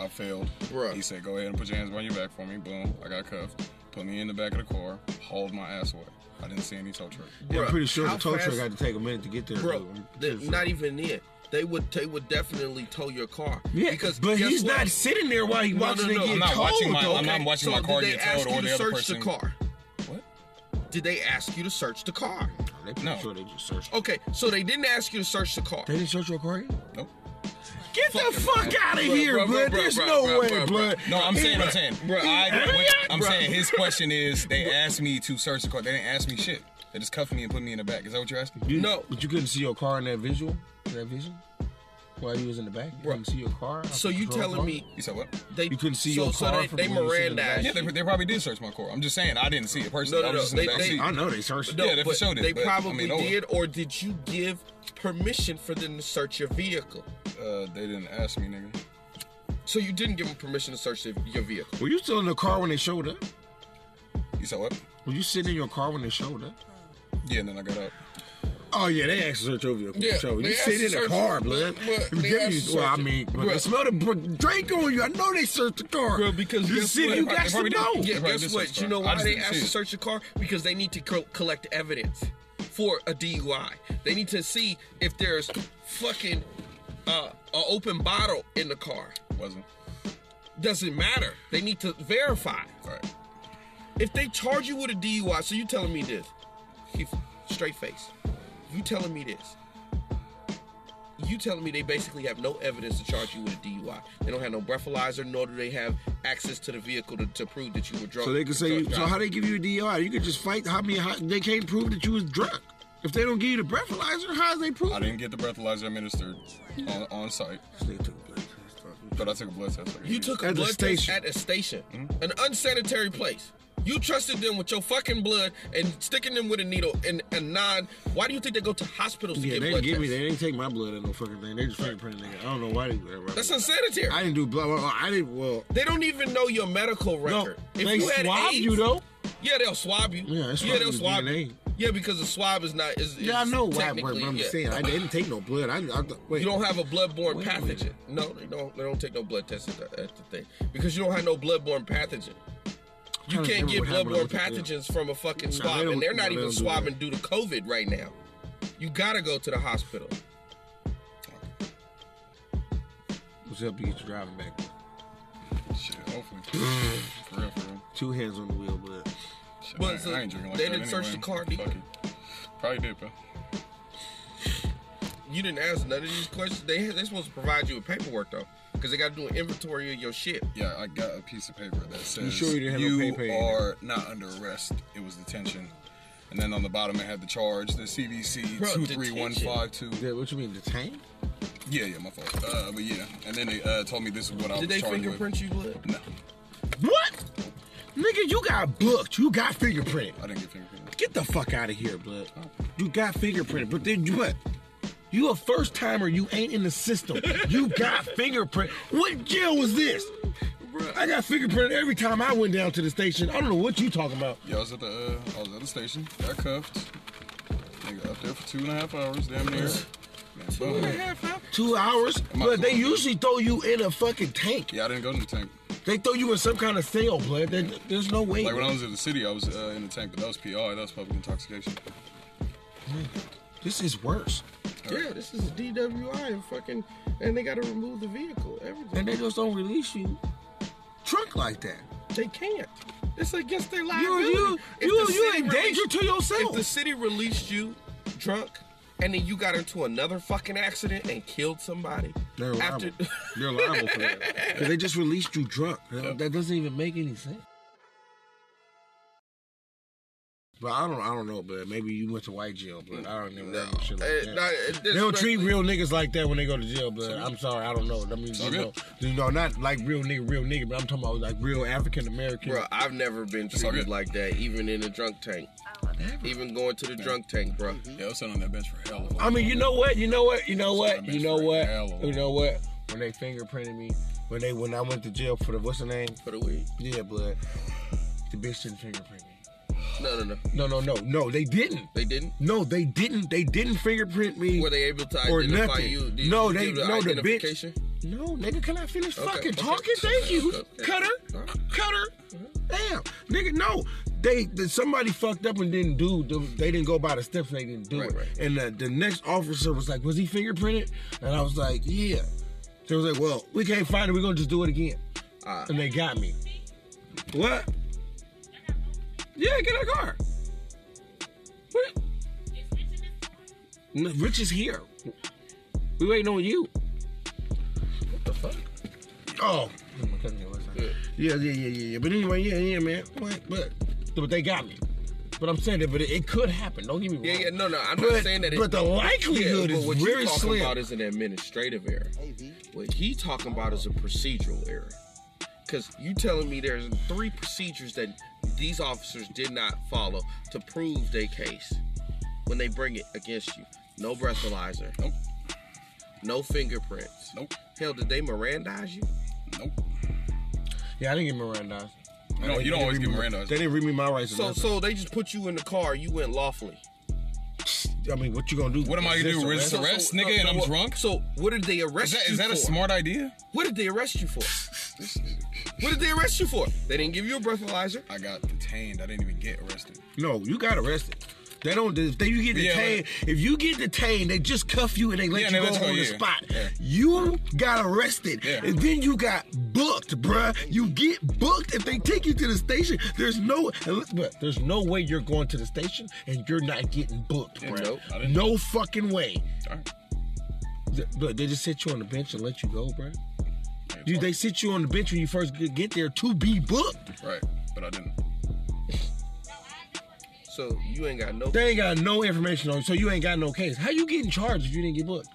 [SPEAKER 2] I failed.
[SPEAKER 4] Bruh.
[SPEAKER 2] He said, "Go ahead and put your hands behind your back for me." Boom. I got cuffed. Put me in the back of the car. Hauled my ass away. I didn't see any tow truck.
[SPEAKER 3] Yeah, I'm
[SPEAKER 4] Bruh,
[SPEAKER 3] pretty sure
[SPEAKER 4] how
[SPEAKER 3] the tow
[SPEAKER 4] fast-
[SPEAKER 3] truck had to take a minute to get there.
[SPEAKER 4] bro.
[SPEAKER 3] though.
[SPEAKER 4] they- not even it. They would they would definitely tow your car.
[SPEAKER 3] yeah,
[SPEAKER 4] because
[SPEAKER 3] but
[SPEAKER 4] guess
[SPEAKER 3] he's
[SPEAKER 4] what?
[SPEAKER 3] not sitting there while he's
[SPEAKER 4] No,
[SPEAKER 3] watching
[SPEAKER 4] no, no,
[SPEAKER 3] it get
[SPEAKER 4] I'm
[SPEAKER 2] not
[SPEAKER 3] cold.
[SPEAKER 2] watching my-
[SPEAKER 3] though.
[SPEAKER 2] I'm not watching
[SPEAKER 4] so
[SPEAKER 2] my car
[SPEAKER 4] did they
[SPEAKER 2] get towed
[SPEAKER 4] ask you
[SPEAKER 2] or
[SPEAKER 4] to
[SPEAKER 2] the other
[SPEAKER 4] search
[SPEAKER 2] person-
[SPEAKER 4] the car?
[SPEAKER 2] What?
[SPEAKER 4] Did they ask you to search the car?
[SPEAKER 3] They pretty
[SPEAKER 2] No.
[SPEAKER 3] sure they just searched.
[SPEAKER 4] Okay, so they didn't ask you to search the car.
[SPEAKER 3] They didn't search your car yet?
[SPEAKER 2] Nope.
[SPEAKER 3] Get the fuck out of
[SPEAKER 4] Bruh,
[SPEAKER 3] here,
[SPEAKER 4] bruh,
[SPEAKER 3] blood.
[SPEAKER 4] bruh,
[SPEAKER 3] There's
[SPEAKER 4] bruh,
[SPEAKER 3] no
[SPEAKER 4] bruh,
[SPEAKER 3] way,
[SPEAKER 4] bruh,
[SPEAKER 3] blood.
[SPEAKER 2] No, I'm saying, I'm saying,
[SPEAKER 4] Bro, I-
[SPEAKER 2] went- I'm
[SPEAKER 4] Bruh.
[SPEAKER 2] saying his question is they asked me to search the car. They didn't ask me shit. They just cuffed me and put me in the back. Is that what you're asking?
[SPEAKER 3] You-
[SPEAKER 4] No.
[SPEAKER 3] But you couldn't see your car in that visual? That vision? While you was in the back? You
[SPEAKER 4] Bruh.
[SPEAKER 3] couldn't see your car?
[SPEAKER 4] So you
[SPEAKER 3] Control
[SPEAKER 4] telling
[SPEAKER 3] car?
[SPEAKER 4] me
[SPEAKER 2] You said what?
[SPEAKER 4] they
[SPEAKER 3] You couldn't see
[SPEAKER 4] so,
[SPEAKER 3] your car
[SPEAKER 4] So
[SPEAKER 3] from
[SPEAKER 4] they, they
[SPEAKER 3] when you was sitting in the
[SPEAKER 4] Mirandized.
[SPEAKER 3] back?
[SPEAKER 2] Yeah, they, they probably did search my car. I'm just saying I didn't see it personally.
[SPEAKER 4] No,
[SPEAKER 2] I
[SPEAKER 4] no,
[SPEAKER 2] was just
[SPEAKER 4] no,
[SPEAKER 2] in the
[SPEAKER 4] they-
[SPEAKER 2] back
[SPEAKER 4] they-
[SPEAKER 2] seat.
[SPEAKER 3] I know they searched
[SPEAKER 4] No,
[SPEAKER 2] Yeah,
[SPEAKER 3] it.
[SPEAKER 2] they for
[SPEAKER 4] but
[SPEAKER 2] sure did,
[SPEAKER 4] they
[SPEAKER 2] but, I
[SPEAKER 4] probably
[SPEAKER 2] mean, over.
[SPEAKER 4] did, or did you give permission for them to search your vehicle?
[SPEAKER 2] Uh, they didn't ask me, nigga.
[SPEAKER 4] So you didn't give them permission to search their- your vehicle.
[SPEAKER 3] Were you still in the car when they showed up?
[SPEAKER 2] You said what?
[SPEAKER 3] Were you sitting in your car when they showed up?
[SPEAKER 2] Yeah, and then I got up.
[SPEAKER 3] Oh yeah, they asked to search over your
[SPEAKER 4] Yeah,
[SPEAKER 3] control.
[SPEAKER 4] they
[SPEAKER 3] You
[SPEAKER 4] asked
[SPEAKER 3] sit
[SPEAKER 4] to
[SPEAKER 3] in the
[SPEAKER 4] search
[SPEAKER 3] car,
[SPEAKER 4] it.
[SPEAKER 3] blood.
[SPEAKER 4] But- but
[SPEAKER 3] You
[SPEAKER 4] they
[SPEAKER 3] give
[SPEAKER 4] asked
[SPEAKER 3] me-
[SPEAKER 4] to
[SPEAKER 3] well, I
[SPEAKER 4] search it.
[SPEAKER 3] mean, but they
[SPEAKER 4] Bruh.
[SPEAKER 3] smell the br- drink on you. I know they searched the car,
[SPEAKER 4] Bruh, because
[SPEAKER 3] you
[SPEAKER 4] guess
[SPEAKER 3] sit,
[SPEAKER 4] what?
[SPEAKER 3] you
[SPEAKER 4] They
[SPEAKER 3] got to
[SPEAKER 2] probably did.
[SPEAKER 3] know.
[SPEAKER 4] Yeah,
[SPEAKER 2] They probably
[SPEAKER 4] guess
[SPEAKER 2] did
[SPEAKER 4] what?
[SPEAKER 2] search
[SPEAKER 4] You
[SPEAKER 2] the
[SPEAKER 4] know
[SPEAKER 2] car. I
[SPEAKER 4] why
[SPEAKER 2] just
[SPEAKER 4] they
[SPEAKER 2] didn't
[SPEAKER 4] asked
[SPEAKER 2] see
[SPEAKER 4] to
[SPEAKER 2] it.
[SPEAKER 4] search your car? Because they need to co- collect evidence for a DUI. They need to see if there's fucking uh, an open bottle in the car.
[SPEAKER 2] Wasn't.
[SPEAKER 4] Doesn't matter. They need to verify.
[SPEAKER 2] All right.
[SPEAKER 4] If they charge you with a DUI, so you telling me this? Keep straight face. You telling me this? You telling me they basically have no evidence to charge you with a DUI? They don't have no breathalyzer, nor do they have access to the vehicle to, to prove that you were drunk.
[SPEAKER 3] So they
[SPEAKER 4] or
[SPEAKER 3] could say,
[SPEAKER 4] drunk
[SPEAKER 3] so
[SPEAKER 4] driving.
[SPEAKER 3] how they give you a DUI? You could just fight. How many? How, they can't prove that you was drunk. If they don't give you the breathalyzer, how is they prove?
[SPEAKER 5] I didn't get the breathalyzer administered on, on site,
[SPEAKER 3] They took a blood test.
[SPEAKER 5] but I took a blood test. like I
[SPEAKER 4] You
[SPEAKER 5] did.
[SPEAKER 4] took a
[SPEAKER 3] At the
[SPEAKER 4] blood test
[SPEAKER 3] station. Hmm?
[SPEAKER 4] at a station, an unsanitary place. You trusted them with your fucking blood and sticking them with a needle and a non. Why do you think they go to hospitals to
[SPEAKER 3] Yeah,
[SPEAKER 4] get
[SPEAKER 3] they
[SPEAKER 4] blood
[SPEAKER 3] didn't give me.
[SPEAKER 4] tests?
[SPEAKER 3] They didn't take my blood in no fucking thing. They just fingerprinted nigga. I don't know why they.
[SPEAKER 4] That's unsanitary.
[SPEAKER 3] I didn't do blood. Well, I didn't. Well,
[SPEAKER 4] they don't even know your medical
[SPEAKER 3] no,
[SPEAKER 4] record. if
[SPEAKER 3] they
[SPEAKER 4] you had
[SPEAKER 3] swabbed
[SPEAKER 4] AIDS,
[SPEAKER 3] you though.
[SPEAKER 4] Yeah, they'll swab you.
[SPEAKER 3] Yeah, it's
[SPEAKER 4] they'll
[SPEAKER 3] probably
[SPEAKER 4] swab you.
[SPEAKER 3] DNA.
[SPEAKER 4] Yeah, because the swab is not. Is,
[SPEAKER 3] Yeah, I
[SPEAKER 4] is
[SPEAKER 3] know why, but,
[SPEAKER 4] technically-
[SPEAKER 3] but I'm
[SPEAKER 4] yeah.
[SPEAKER 3] just saying I didn't take no blood. I, I thought- wait.
[SPEAKER 4] You don't have a bloodborne
[SPEAKER 3] Wait a
[SPEAKER 4] pathogen.
[SPEAKER 3] minute.
[SPEAKER 4] No, they don't. They don't take no blood tests at the, at the thing because you don't have no bloodborne pathogen. You
[SPEAKER 3] I
[SPEAKER 4] can't
[SPEAKER 3] remember
[SPEAKER 4] get
[SPEAKER 3] what happened
[SPEAKER 4] bloodborne
[SPEAKER 3] with the-
[SPEAKER 4] pathogens from a fucking
[SPEAKER 3] No,
[SPEAKER 4] swab,
[SPEAKER 3] they
[SPEAKER 4] and
[SPEAKER 3] don't-
[SPEAKER 4] they're not
[SPEAKER 3] no, they
[SPEAKER 4] even
[SPEAKER 3] don't do
[SPEAKER 4] swabbing due to COVID right now. You gotta go to the hospital.
[SPEAKER 3] What's up? You get your driving back.
[SPEAKER 5] Shit, hopefully. for real, for real.
[SPEAKER 3] Two hands on the wheel, but
[SPEAKER 5] Shit,
[SPEAKER 4] But
[SPEAKER 5] I, ain't-
[SPEAKER 4] so
[SPEAKER 5] I ain't drinking like
[SPEAKER 4] they
[SPEAKER 5] that
[SPEAKER 4] didn't search the
[SPEAKER 5] anyway.
[SPEAKER 4] car, did
[SPEAKER 5] Fuck
[SPEAKER 4] you?
[SPEAKER 5] it. Probably did, bro.
[SPEAKER 4] You didn't ask none of these questions. They they supposed to provide you with paperwork though, because they gotta do an inventory of your shit.
[SPEAKER 5] Yeah, I got a piece of paper that says
[SPEAKER 3] sure you didn't have no
[SPEAKER 5] you
[SPEAKER 3] pay pay in
[SPEAKER 5] are not under arrest. It was detention. And then on the bottom it had the charge, the CVC
[SPEAKER 4] Bro,
[SPEAKER 5] two three one five two.
[SPEAKER 3] yeah, what you mean detained?
[SPEAKER 5] Yeah, yeah, my fault. Uh, but yeah, and then they uh, told me this is what I was
[SPEAKER 4] Did they
[SPEAKER 5] charged
[SPEAKER 4] fingerprint you? Blood?
[SPEAKER 5] with. No,
[SPEAKER 3] What? Nigga, you got booked. You got fingerprinted.
[SPEAKER 5] I didn't get fingerprinted.
[SPEAKER 3] Get the fuck out of here, blood. You got fingerprinted, but then you what? You a first timer. You ain't in the system. You got fingerprint. What jail was this? I got fingerprinted every time I went down to the station. I don't know what you talking about.
[SPEAKER 5] Yeah, I was at the uh, I was at the station. Got cuffed. Nigga, up there for two and a half hours, damn near. Man, boom.
[SPEAKER 3] Two hours,
[SPEAKER 5] Am I
[SPEAKER 3] but they
[SPEAKER 5] cool, man?
[SPEAKER 3] usually throw you in a fucking tank.
[SPEAKER 5] Yeah, I didn't go to the tank.
[SPEAKER 3] They throw you in some kind of cell, blood. There- there's no way.
[SPEAKER 5] Like when I was in the city, I was uh, in the tank, but that was PI. That was public intoxication.
[SPEAKER 3] this is worse.
[SPEAKER 4] Yeah, this is a DWI and fucking, and they gotta remove the vehicle. Everything.
[SPEAKER 3] And they just don't release you drunk like that.
[SPEAKER 4] They can't. It's against their
[SPEAKER 3] You
[SPEAKER 4] liability.
[SPEAKER 3] you
[SPEAKER 4] If
[SPEAKER 3] you
[SPEAKER 4] the
[SPEAKER 3] you
[SPEAKER 4] city
[SPEAKER 3] in danger
[SPEAKER 4] released-
[SPEAKER 3] to yourself.
[SPEAKER 4] If the city released you drunk, and then you got into another fucking accident and killed somebody,
[SPEAKER 3] They're liable.
[SPEAKER 4] after
[SPEAKER 3] They're liable for that. 'Cause they just released you drunk. That, that doesn't even make any sense. But I don't, I don't know, but maybe you went to white jail, but I don't even know
[SPEAKER 4] No.
[SPEAKER 3] shit like
[SPEAKER 4] Eh,
[SPEAKER 3] that.
[SPEAKER 4] nah, eh,
[SPEAKER 3] they don't treat real
[SPEAKER 4] disrespectful.
[SPEAKER 3] niggas like that when they go to jail, but I'm sorry, I don't know. I mean, you
[SPEAKER 5] all
[SPEAKER 3] know, you know, not like real nigga, real nigga, but I'm talking about like real African American.
[SPEAKER 4] Bro, I've never been
[SPEAKER 5] all
[SPEAKER 4] treated
[SPEAKER 5] good.
[SPEAKER 4] like that, even in a drunk tank. Even going to the drunk tank, bro.
[SPEAKER 3] Mm-hmm.
[SPEAKER 5] Yeah, I was sitting on that bench for hell. of a
[SPEAKER 3] I mean, you know what? You know what? You know what? You know what?
[SPEAKER 5] Hell of a-
[SPEAKER 3] You know what? When they fingerprinted me, when they when I went to jail for the what's the name?
[SPEAKER 4] For the weed.
[SPEAKER 3] Yeah, blood. The bitch didn't fingerprint me.
[SPEAKER 4] No, no, no.
[SPEAKER 3] No, no, no, no. They didn't.
[SPEAKER 4] They didn't.
[SPEAKER 3] No, they didn't. They didn't fingerprint me.
[SPEAKER 4] Were they able to
[SPEAKER 3] Or
[SPEAKER 4] identify
[SPEAKER 3] nothing.
[SPEAKER 4] you? Did
[SPEAKER 3] No,
[SPEAKER 4] you
[SPEAKER 3] they-
[SPEAKER 4] give the
[SPEAKER 3] no, the bitch-
[SPEAKER 4] identification?
[SPEAKER 3] No, nigga, can I finish
[SPEAKER 4] Okay,
[SPEAKER 3] fucking
[SPEAKER 4] okay.
[SPEAKER 3] talking? Thank you.
[SPEAKER 4] Okay.
[SPEAKER 3] Cutter,
[SPEAKER 4] All right.
[SPEAKER 3] cutter. Damn, nigga, no. They, the, somebody fucked up and didn't do. The, they didn't go by the steps. and They didn't do
[SPEAKER 4] Right,
[SPEAKER 3] it.
[SPEAKER 4] right.
[SPEAKER 3] And the, the next officer was like, "Was he fingerprinted?" And I was like, "Yeah." They was like, "Well, we can't find it. We're gonna just do it again."
[SPEAKER 4] Ah.
[SPEAKER 3] and they got me. What? Yeah, get out of the car. What? No, Rich is here. We waiting on you.
[SPEAKER 4] What the fuck?
[SPEAKER 3] Oh. Yeah, yeah, yeah, yeah, yeah. But anyway, yeah, yeah, man. But, but, but they got me. But I'm saying that, but it, it could happen. Don't get me wrong.
[SPEAKER 4] Yeah, yeah, no, no. I'm
[SPEAKER 3] But,
[SPEAKER 4] not saying that. it-
[SPEAKER 3] but the likelihood
[SPEAKER 4] Yeah, but
[SPEAKER 3] is
[SPEAKER 4] what
[SPEAKER 3] very
[SPEAKER 4] you talking
[SPEAKER 3] slim.
[SPEAKER 4] about is an administrative error. What he talking about is a procedural error. Cause you telling me there's three procedures that these officers did not follow to prove their case when they bring it against you. No breathalyzer.
[SPEAKER 5] Nope.
[SPEAKER 4] No fingerprints.
[SPEAKER 5] Nope.
[SPEAKER 4] Hell, did they Mirandize you?
[SPEAKER 5] Nope.
[SPEAKER 3] yeah, I didn't get Mirandized.
[SPEAKER 5] You don't, you don't always get Miranda.
[SPEAKER 3] They didn't read me my rights. or
[SPEAKER 4] So,
[SPEAKER 3] nothing.
[SPEAKER 4] so they just put you in the car. You went lawfully.
[SPEAKER 3] I mean, what you gonna do?
[SPEAKER 5] What am I gonna do, resist
[SPEAKER 3] Resist
[SPEAKER 5] arrest?
[SPEAKER 3] arrest?
[SPEAKER 5] Arrest, nigga, and I'm
[SPEAKER 4] what-
[SPEAKER 5] drunk?
[SPEAKER 4] So, what did they
[SPEAKER 5] Is
[SPEAKER 4] arrest
[SPEAKER 5] that
[SPEAKER 4] you
[SPEAKER 5] is that a
[SPEAKER 4] for?
[SPEAKER 5] smart idea?
[SPEAKER 4] What did they arrest you for? What did they arrest you for? They didn't give you a breathalyzer.
[SPEAKER 5] I got detained. I didn't even get arrested.
[SPEAKER 3] No, you got arrested. They don't. If they, you get
[SPEAKER 5] Yeah,
[SPEAKER 3] detained, if you get detained, they just cuff you and they let
[SPEAKER 5] Yeah,
[SPEAKER 3] you
[SPEAKER 5] and they
[SPEAKER 3] go
[SPEAKER 5] let you
[SPEAKER 3] on
[SPEAKER 5] go,
[SPEAKER 3] the
[SPEAKER 5] yeah.
[SPEAKER 3] spot.
[SPEAKER 5] Yeah.
[SPEAKER 3] You got arrested,
[SPEAKER 5] Yeah.
[SPEAKER 3] and then you got booked, bruh. You get booked if they take you to the station. There's no, but there's no way you're going to the station and you're not getting booked, bruh.
[SPEAKER 4] nope,
[SPEAKER 5] I didn't.
[SPEAKER 3] no fucking way.
[SPEAKER 5] All right.
[SPEAKER 3] Th- But they just sit you on the bench and let you go, bruh. You, they sit you on the bench when you first get- get there to be booked.
[SPEAKER 5] Right, but I didn't.
[SPEAKER 4] So you ain't got no.
[SPEAKER 3] They ain't got no information on you, so you ain't got no case. How you getting charged if you didn't get booked?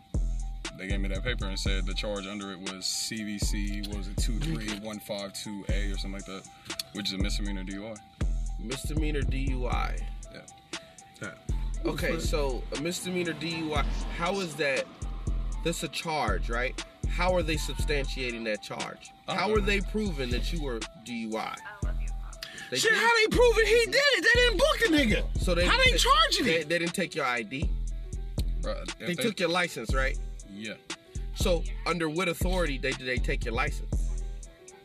[SPEAKER 2] They gave me that paper and said the charge under it was CVC, what was it, 23152A or something like that, which is a misdemeanor DUI.
[SPEAKER 4] misdemeanor DUI.
[SPEAKER 2] Yeah.
[SPEAKER 4] Okay, so a misdemeanor DUI. How is that? That's a charge, right? How are they substantiating that charge? How are they proving that you were DUI? They
[SPEAKER 3] Shit,
[SPEAKER 4] didn't-
[SPEAKER 3] how they proving he did it? They didn't book the nigga.
[SPEAKER 4] so they
[SPEAKER 3] how they charging
[SPEAKER 4] they,
[SPEAKER 3] it?
[SPEAKER 4] They didn't take your ID.
[SPEAKER 2] Bruh, if
[SPEAKER 4] They, took your license, right?
[SPEAKER 2] Yeah.
[SPEAKER 4] So under what authority they did they take your license?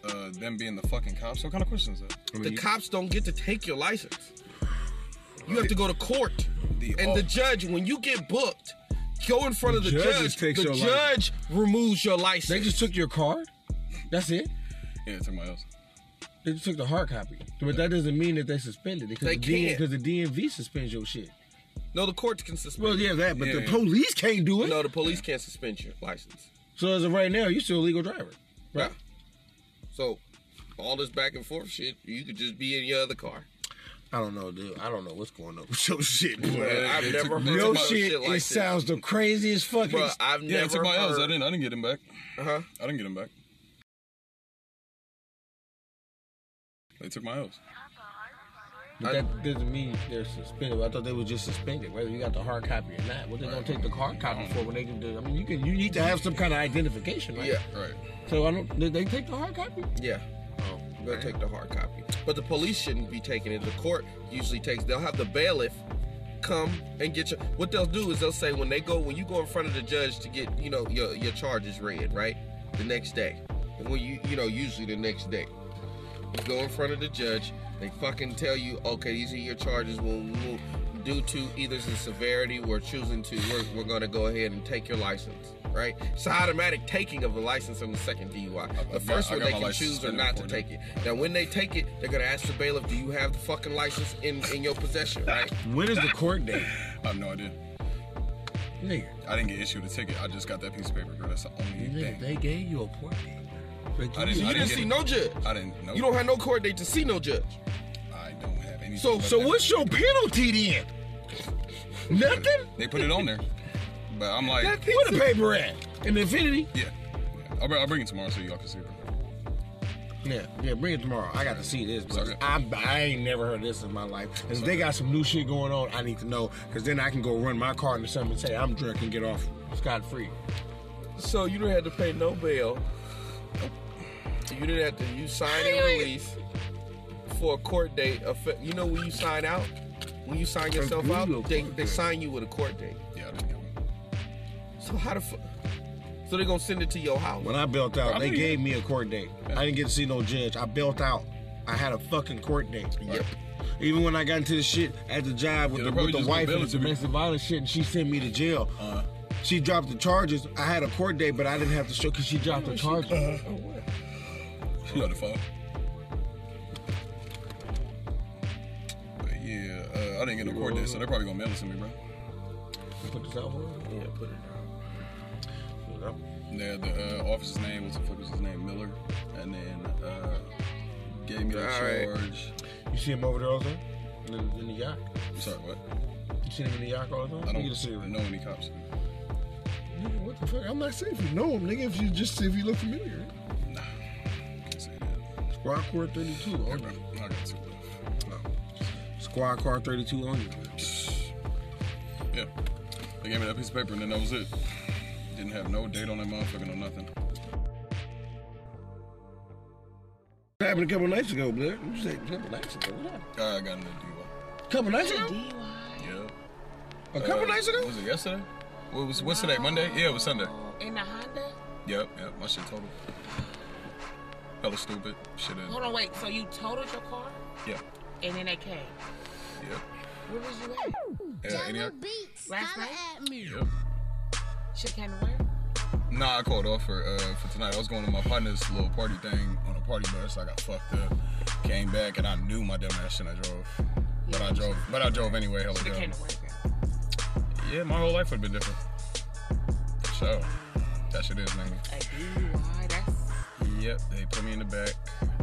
[SPEAKER 2] Uh, them being the fucking cops. What kind of question is that?
[SPEAKER 4] The cops don't get to take your license. You have to go to court. And the judge, when you get booked, go in front of the
[SPEAKER 3] judge
[SPEAKER 4] judge.
[SPEAKER 3] takes your
[SPEAKER 4] The
[SPEAKER 3] license.
[SPEAKER 4] judge removes your license.
[SPEAKER 3] They just took your card. That's it.
[SPEAKER 2] Yeah, it took my else.
[SPEAKER 3] They just took the hard copy. But that doesn't mean that they suspended it
[SPEAKER 4] They
[SPEAKER 3] because the,
[SPEAKER 4] can't.
[SPEAKER 3] because the DMV suspends your shit.
[SPEAKER 4] No, the courts can suspend.
[SPEAKER 3] Well, yeah, that. But the
[SPEAKER 2] Yeah.
[SPEAKER 3] police can't do it.
[SPEAKER 4] No, the police can't suspend your license.
[SPEAKER 3] So as of right now, you're still a legal driver, right?
[SPEAKER 4] Yeah. So, all this back and forth shit, you could just be in your other car.
[SPEAKER 3] I don't know, dude. I don't know what's going on with your shit. Bro.
[SPEAKER 4] Bruh, I've
[SPEAKER 2] it
[SPEAKER 4] never
[SPEAKER 2] took-
[SPEAKER 4] heard
[SPEAKER 3] Your
[SPEAKER 4] about
[SPEAKER 3] shit,
[SPEAKER 4] shit like
[SPEAKER 3] it
[SPEAKER 4] this.
[SPEAKER 3] sounds the craziest fucking.
[SPEAKER 4] Bruh, I've
[SPEAKER 2] Yeah, it
[SPEAKER 4] never
[SPEAKER 2] took my else. I
[SPEAKER 4] heard.
[SPEAKER 2] didn't. I didn't get him back.
[SPEAKER 4] Uh-huh.
[SPEAKER 2] I didn't get him back.
[SPEAKER 4] Uh-huh.
[SPEAKER 2] They took my else.
[SPEAKER 3] but that doesn't mean they're suspended. I thought they were just suspended, whether you got the hard copy or not. What they gonna take the hard copy for when they can do? I mean, you can. You need to have some kind of identification, right?
[SPEAKER 4] Yeah,
[SPEAKER 2] Right.
[SPEAKER 3] So I don't. Did they take the hard copy?
[SPEAKER 4] yeah. I'm gonna take the hard copy. But the police shouldn't be taking it. The court usually takes. They'll have the bailiff come and get you. What they'll do is they'll say when they go when you go in front of the judge to get you know your your charges read right the next day. And when you you know usually the next day. You go in front of the judge. They fucking tell you, okay, these are your charges. We'll, we'll due to either the severity we're choosing to, we're, we're going to go ahead and take your license, right? It's an automatic taking of the license on the second DUI. The
[SPEAKER 2] got-
[SPEAKER 4] first
[SPEAKER 2] I got
[SPEAKER 4] one they
[SPEAKER 2] my
[SPEAKER 4] can
[SPEAKER 2] license
[SPEAKER 4] choose or
[SPEAKER 2] suspended
[SPEAKER 4] not to
[SPEAKER 2] before
[SPEAKER 4] take it. Now, when they take it, they're going to ask the bailiff, do you have the fucking license in, in your possession, right?
[SPEAKER 3] When is the court date,
[SPEAKER 2] I have no idea.
[SPEAKER 3] nigga?
[SPEAKER 2] I didn't get issued a ticket. I just got that piece of paper, bro. That's the only
[SPEAKER 3] Nigga,
[SPEAKER 2] thing.
[SPEAKER 3] they gave you a court date. But
[SPEAKER 2] I
[SPEAKER 4] So
[SPEAKER 2] didn't-
[SPEAKER 4] you didn't
[SPEAKER 2] get
[SPEAKER 4] see
[SPEAKER 2] it.
[SPEAKER 4] no judge.
[SPEAKER 2] I didn't know.
[SPEAKER 4] You don't have no court date to see no judge.
[SPEAKER 2] I don't have any.
[SPEAKER 4] So-
[SPEAKER 2] but
[SPEAKER 3] So
[SPEAKER 2] they-
[SPEAKER 3] what's your penalty then? Nothing.
[SPEAKER 2] They put it on there, but I'm like,
[SPEAKER 4] That piece
[SPEAKER 3] Where the
[SPEAKER 4] of-
[SPEAKER 3] paper at? In the infinity.
[SPEAKER 2] yeah. yeah. I'll, br- I'll bring it tomorrow so y'all can see it. bro.
[SPEAKER 3] Yeah, yeah, bring it tomorrow. I got to see this, but
[SPEAKER 2] Okay.
[SPEAKER 3] I, I ain't never heard this in my life. And if they got some new shit going on, I need to know, because then I can go run my car into something and say, I'm drunk and get off scot free.
[SPEAKER 4] So you didn't have to pay no bail. You didn't have to. You sign and release for a court date. of- You know when you sign out, when you sign yourself
[SPEAKER 3] Agree
[SPEAKER 4] out,
[SPEAKER 3] to a
[SPEAKER 4] they,
[SPEAKER 3] court
[SPEAKER 4] they
[SPEAKER 3] date.
[SPEAKER 4] sign you with a court date.
[SPEAKER 2] Yeah, I didn't get one.
[SPEAKER 4] So how the fuck? So they're gonna send it to your house.
[SPEAKER 3] When I built out, they
[SPEAKER 2] Probably-
[SPEAKER 3] gave me a court date. I didn't get to see no judge. I built out. I had a fucking court date.
[SPEAKER 4] Yep.
[SPEAKER 3] Even when I got into the shit at the job with
[SPEAKER 2] Yeah, they
[SPEAKER 3] the,
[SPEAKER 2] probably
[SPEAKER 3] with the
[SPEAKER 2] just gonna
[SPEAKER 3] wife
[SPEAKER 2] bail
[SPEAKER 3] and
[SPEAKER 2] it
[SPEAKER 3] the
[SPEAKER 2] to me. Uh-huh.
[SPEAKER 3] domestic violence shit, and she sent me to jail. She dropped the charges. I had a court date, but I didn't have to show because she dropped the charges.
[SPEAKER 4] Oh,
[SPEAKER 2] She let it fall. But yeah, uh, I didn't get no court date, so they're probably gonna mail it to me, bro.
[SPEAKER 3] Put this out for her.
[SPEAKER 4] Yeah, put it down.
[SPEAKER 2] Yeah, the uh, officer's name, what's the fuck was his name? Miller. And then uh, gave me the
[SPEAKER 4] All right.
[SPEAKER 2] charge.
[SPEAKER 3] You see him over there all the time? In the, in the yacht?
[SPEAKER 2] I'm sorry, what?
[SPEAKER 3] You see him in the yacht all the time?
[SPEAKER 2] I
[SPEAKER 3] You get to see
[SPEAKER 2] don't
[SPEAKER 3] him.
[SPEAKER 2] know any cops.
[SPEAKER 3] Nigga, what the fuck? I'm not saying if you know him, nigga, if you just if you look familiar.
[SPEAKER 2] Nah. Can't say that.
[SPEAKER 3] Squad Car 32 on
[SPEAKER 2] Bro,
[SPEAKER 3] you.
[SPEAKER 2] I got two left.
[SPEAKER 3] Squad Car 32 on you.
[SPEAKER 2] Yeah. They gave me that piece of paper and then that was it. Didn't have no date on that motherfucker, no nothing.
[SPEAKER 3] That happened a couple nights ago, blood. You said a couple nights ago. What happened?
[SPEAKER 2] Uh, I got in the
[SPEAKER 3] couple nights ago?
[SPEAKER 2] DUI.
[SPEAKER 3] A
[SPEAKER 2] Yeah.
[SPEAKER 3] couple
[SPEAKER 2] Uh,
[SPEAKER 3] nights ago?
[SPEAKER 2] Was it yesterday? What was what's today? Monday? Yeah, it was Sunday.
[SPEAKER 6] In the Honda?
[SPEAKER 2] Yep, yep. My shit total. Hella stupid. Shit is.
[SPEAKER 6] Hold on, wait. So you totaled your car
[SPEAKER 2] Yeah,
[SPEAKER 6] and then they came.
[SPEAKER 2] yep.
[SPEAKER 6] Where was you at?
[SPEAKER 2] Yeah, any,
[SPEAKER 7] Jello Beats,
[SPEAKER 6] Last
[SPEAKER 7] holla
[SPEAKER 6] night?
[SPEAKER 7] at me.
[SPEAKER 2] yep.
[SPEAKER 6] Should came to work.
[SPEAKER 2] Nah, I called off for uh, for tonight. I was going to my partner's little party thing on a party bus. I got fucked up. Came back and I knew my dumb ass shit. I drove, but I drove, but I drove anyway. Hella
[SPEAKER 6] Should
[SPEAKER 2] dumb.
[SPEAKER 6] came to work.
[SPEAKER 2] Yeah, my whole life would have been different. So that shit is, nigga.
[SPEAKER 6] A DUI. That's
[SPEAKER 2] Yep, they put me in the back,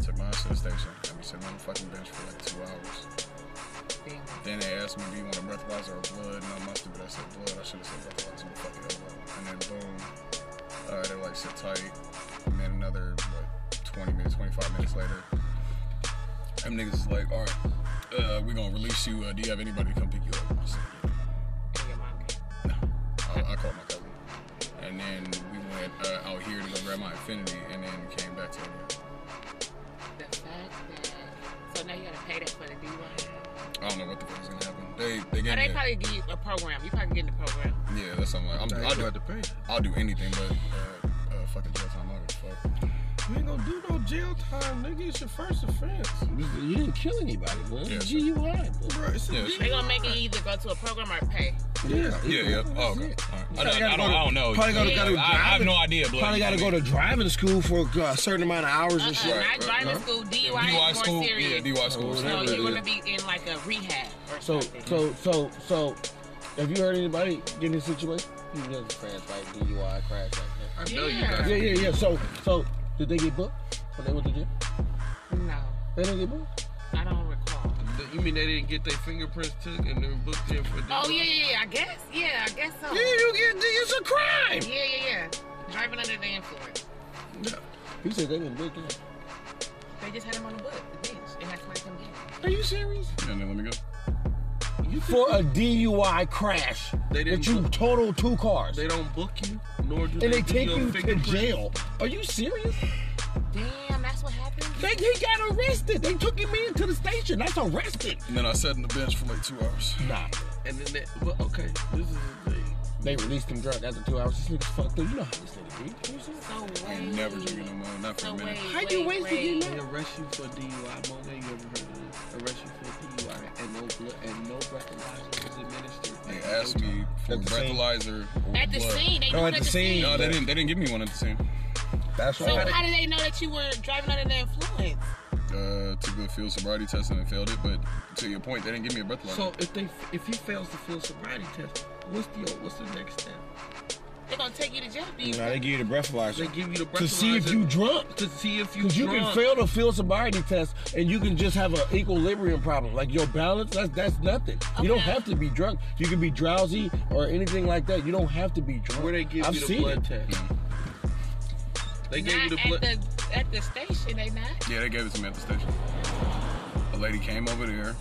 [SPEAKER 2] took my ass to the station, and we sitting on the fucking bench for like two hours.
[SPEAKER 6] feeling.
[SPEAKER 2] Then they asked me, do you want a breathalyzer or blood? And I'm not stupid. I said blood. I should have said breathalyzer. But fuck it, oh well. And then boom. Uh, they were like, sit tight. And then another, what, 20 minutes, 25 minutes later, them niggas is like, all right, uh, we're going to release you. Uh, do you have anybody to come pick you up? I said, yeah.
[SPEAKER 6] And your mom came.
[SPEAKER 2] I, I called my cousin. And then we went uh, out here to go grab my Infinity and then came back to here.
[SPEAKER 6] The fact that. So now you gotta pay that for the DUI.
[SPEAKER 2] I don't know what the fuck is going to happen. They, they gave
[SPEAKER 6] Or they
[SPEAKER 2] me a,
[SPEAKER 6] probably give you a program. You probably get in the program.
[SPEAKER 2] Yeah, that's something like, I'm,
[SPEAKER 5] I
[SPEAKER 2] I'll,
[SPEAKER 5] ain't
[SPEAKER 2] do,
[SPEAKER 5] about to pay.
[SPEAKER 2] I'll do anything but uh, uh, fucking jail time. I don't give a fuck.
[SPEAKER 5] You ain't gonna do no jail time, nigga. It's your first offense.
[SPEAKER 3] You didn't kill anybody, man.
[SPEAKER 2] Yeah, sure.
[SPEAKER 3] GUI, bro.
[SPEAKER 5] Bro, it's a
[SPEAKER 2] Yeah,
[SPEAKER 5] DUI.
[SPEAKER 6] They gonna make it either go to a program or pay.
[SPEAKER 3] Yeah,
[SPEAKER 2] Yeah, yeah. Oh,
[SPEAKER 3] that's it.
[SPEAKER 2] okay. All right. I,
[SPEAKER 3] Probably
[SPEAKER 2] don't-
[SPEAKER 3] gotta
[SPEAKER 2] I
[SPEAKER 3] go
[SPEAKER 2] don't,
[SPEAKER 3] to-
[SPEAKER 2] I don't know.
[SPEAKER 3] probably gotta go to
[SPEAKER 2] I, I have
[SPEAKER 3] driving-
[SPEAKER 2] no idea, but
[SPEAKER 3] Probably got to go to driving school for a certain amount of hours
[SPEAKER 6] Uh-uh,
[SPEAKER 3] and shit.
[SPEAKER 2] right,
[SPEAKER 6] not driving
[SPEAKER 2] huh?
[SPEAKER 6] school. DUI,
[SPEAKER 2] DUI
[SPEAKER 6] is more
[SPEAKER 2] school.
[SPEAKER 6] serious.
[SPEAKER 2] Yeah, DUI school.
[SPEAKER 3] Oh,
[SPEAKER 6] So
[SPEAKER 3] whatever,
[SPEAKER 6] you're
[SPEAKER 3] yeah.
[SPEAKER 6] gonna be in like a rehab or
[SPEAKER 3] So,
[SPEAKER 6] something.
[SPEAKER 3] so, so, so, have you heard anybody get in this situation? You know, crash like DUI, crash like
[SPEAKER 6] I know you guys.
[SPEAKER 3] Yeah, yeah, yeah. So, so, did they get booked when they went to jail?
[SPEAKER 6] No,
[SPEAKER 3] They didn't get booked.
[SPEAKER 6] I don't recall.
[SPEAKER 4] You mean they didn't get their fingerprints took and then booked in for?
[SPEAKER 6] Oh yeah, yeah, yeah. I guess. Yeah, I guess so.
[SPEAKER 3] you get. It's a crime.
[SPEAKER 6] Yeah, yeah, yeah. Driving under the influence.
[SPEAKER 3] He said they didn't book him.
[SPEAKER 6] They just had him on the book, the bench. They had somebody come get him.
[SPEAKER 3] Are you serious?
[SPEAKER 2] And then let me go.
[SPEAKER 3] For a DUI crash
[SPEAKER 4] They didn't
[SPEAKER 3] that you
[SPEAKER 4] book-
[SPEAKER 3] totaled two cars
[SPEAKER 4] They don't book you, nor do
[SPEAKER 3] and
[SPEAKER 4] they
[SPEAKER 3] they
[SPEAKER 4] do
[SPEAKER 3] take
[SPEAKER 4] your
[SPEAKER 3] you to
[SPEAKER 4] fingerprints.
[SPEAKER 3] jail. Are you serious?
[SPEAKER 6] Damn, that's what happened.
[SPEAKER 3] They, he got arrested. They took him in to the station. That's arrested.
[SPEAKER 2] And then I sat on the bench for like two hours.
[SPEAKER 3] Nah.
[SPEAKER 4] And then that, but okay, this is the thing.
[SPEAKER 3] They released him drunk after two hours. This nigga's fucked up. You know how this nigga be. You see?
[SPEAKER 6] So
[SPEAKER 2] I
[SPEAKER 6] wait.
[SPEAKER 2] ain't never drinking no more. Not for
[SPEAKER 6] So
[SPEAKER 2] a
[SPEAKER 6] wait.
[SPEAKER 2] minute.
[SPEAKER 3] How you
[SPEAKER 6] wait,
[SPEAKER 3] wasted your
[SPEAKER 6] wait.
[SPEAKER 3] life?
[SPEAKER 4] They arrest you for DUI, Monet. You ever heard of this? Arrest you for DUI and no blood and no breathalyzer was administered.
[SPEAKER 2] They asked me for
[SPEAKER 1] At the scene?
[SPEAKER 2] breathalyzer or
[SPEAKER 6] At the
[SPEAKER 2] blood.
[SPEAKER 6] scene, they
[SPEAKER 1] No,
[SPEAKER 6] do
[SPEAKER 1] at the scene.
[SPEAKER 2] No, they didn't. They didn't give me one at the scene.
[SPEAKER 1] That's
[SPEAKER 6] So
[SPEAKER 1] why.
[SPEAKER 6] how did they know that you were driving under the influence?
[SPEAKER 2] Uh, took a field sobriety test and failed it. But to your point, they didn't give me a breathalyzer.
[SPEAKER 4] So if they if he fails to fill sobriety test, what's the what's the next step?
[SPEAKER 6] They're gonna take you to jail. for you.
[SPEAKER 1] Nah, they give you the breathalyzer.
[SPEAKER 4] They give you the breathalyzer
[SPEAKER 3] To see if you drunk.
[SPEAKER 4] to see if you
[SPEAKER 3] Because you
[SPEAKER 4] drunk.
[SPEAKER 3] can fail the field sobriety test and you can just have an equilibrium problem. Like your balance, that's that's nothing. You don't
[SPEAKER 6] Okay.
[SPEAKER 3] have to be drunk. You can be drowsy or anything like that. You don't have to be drunk.
[SPEAKER 4] Where they give
[SPEAKER 3] I've
[SPEAKER 4] you the
[SPEAKER 3] seen
[SPEAKER 4] blood
[SPEAKER 3] it.
[SPEAKER 4] test? They
[SPEAKER 6] Not
[SPEAKER 4] gave you the blood.
[SPEAKER 6] at the at the station. They not.
[SPEAKER 2] yeah, they gave it to me at the station. A lady came over there.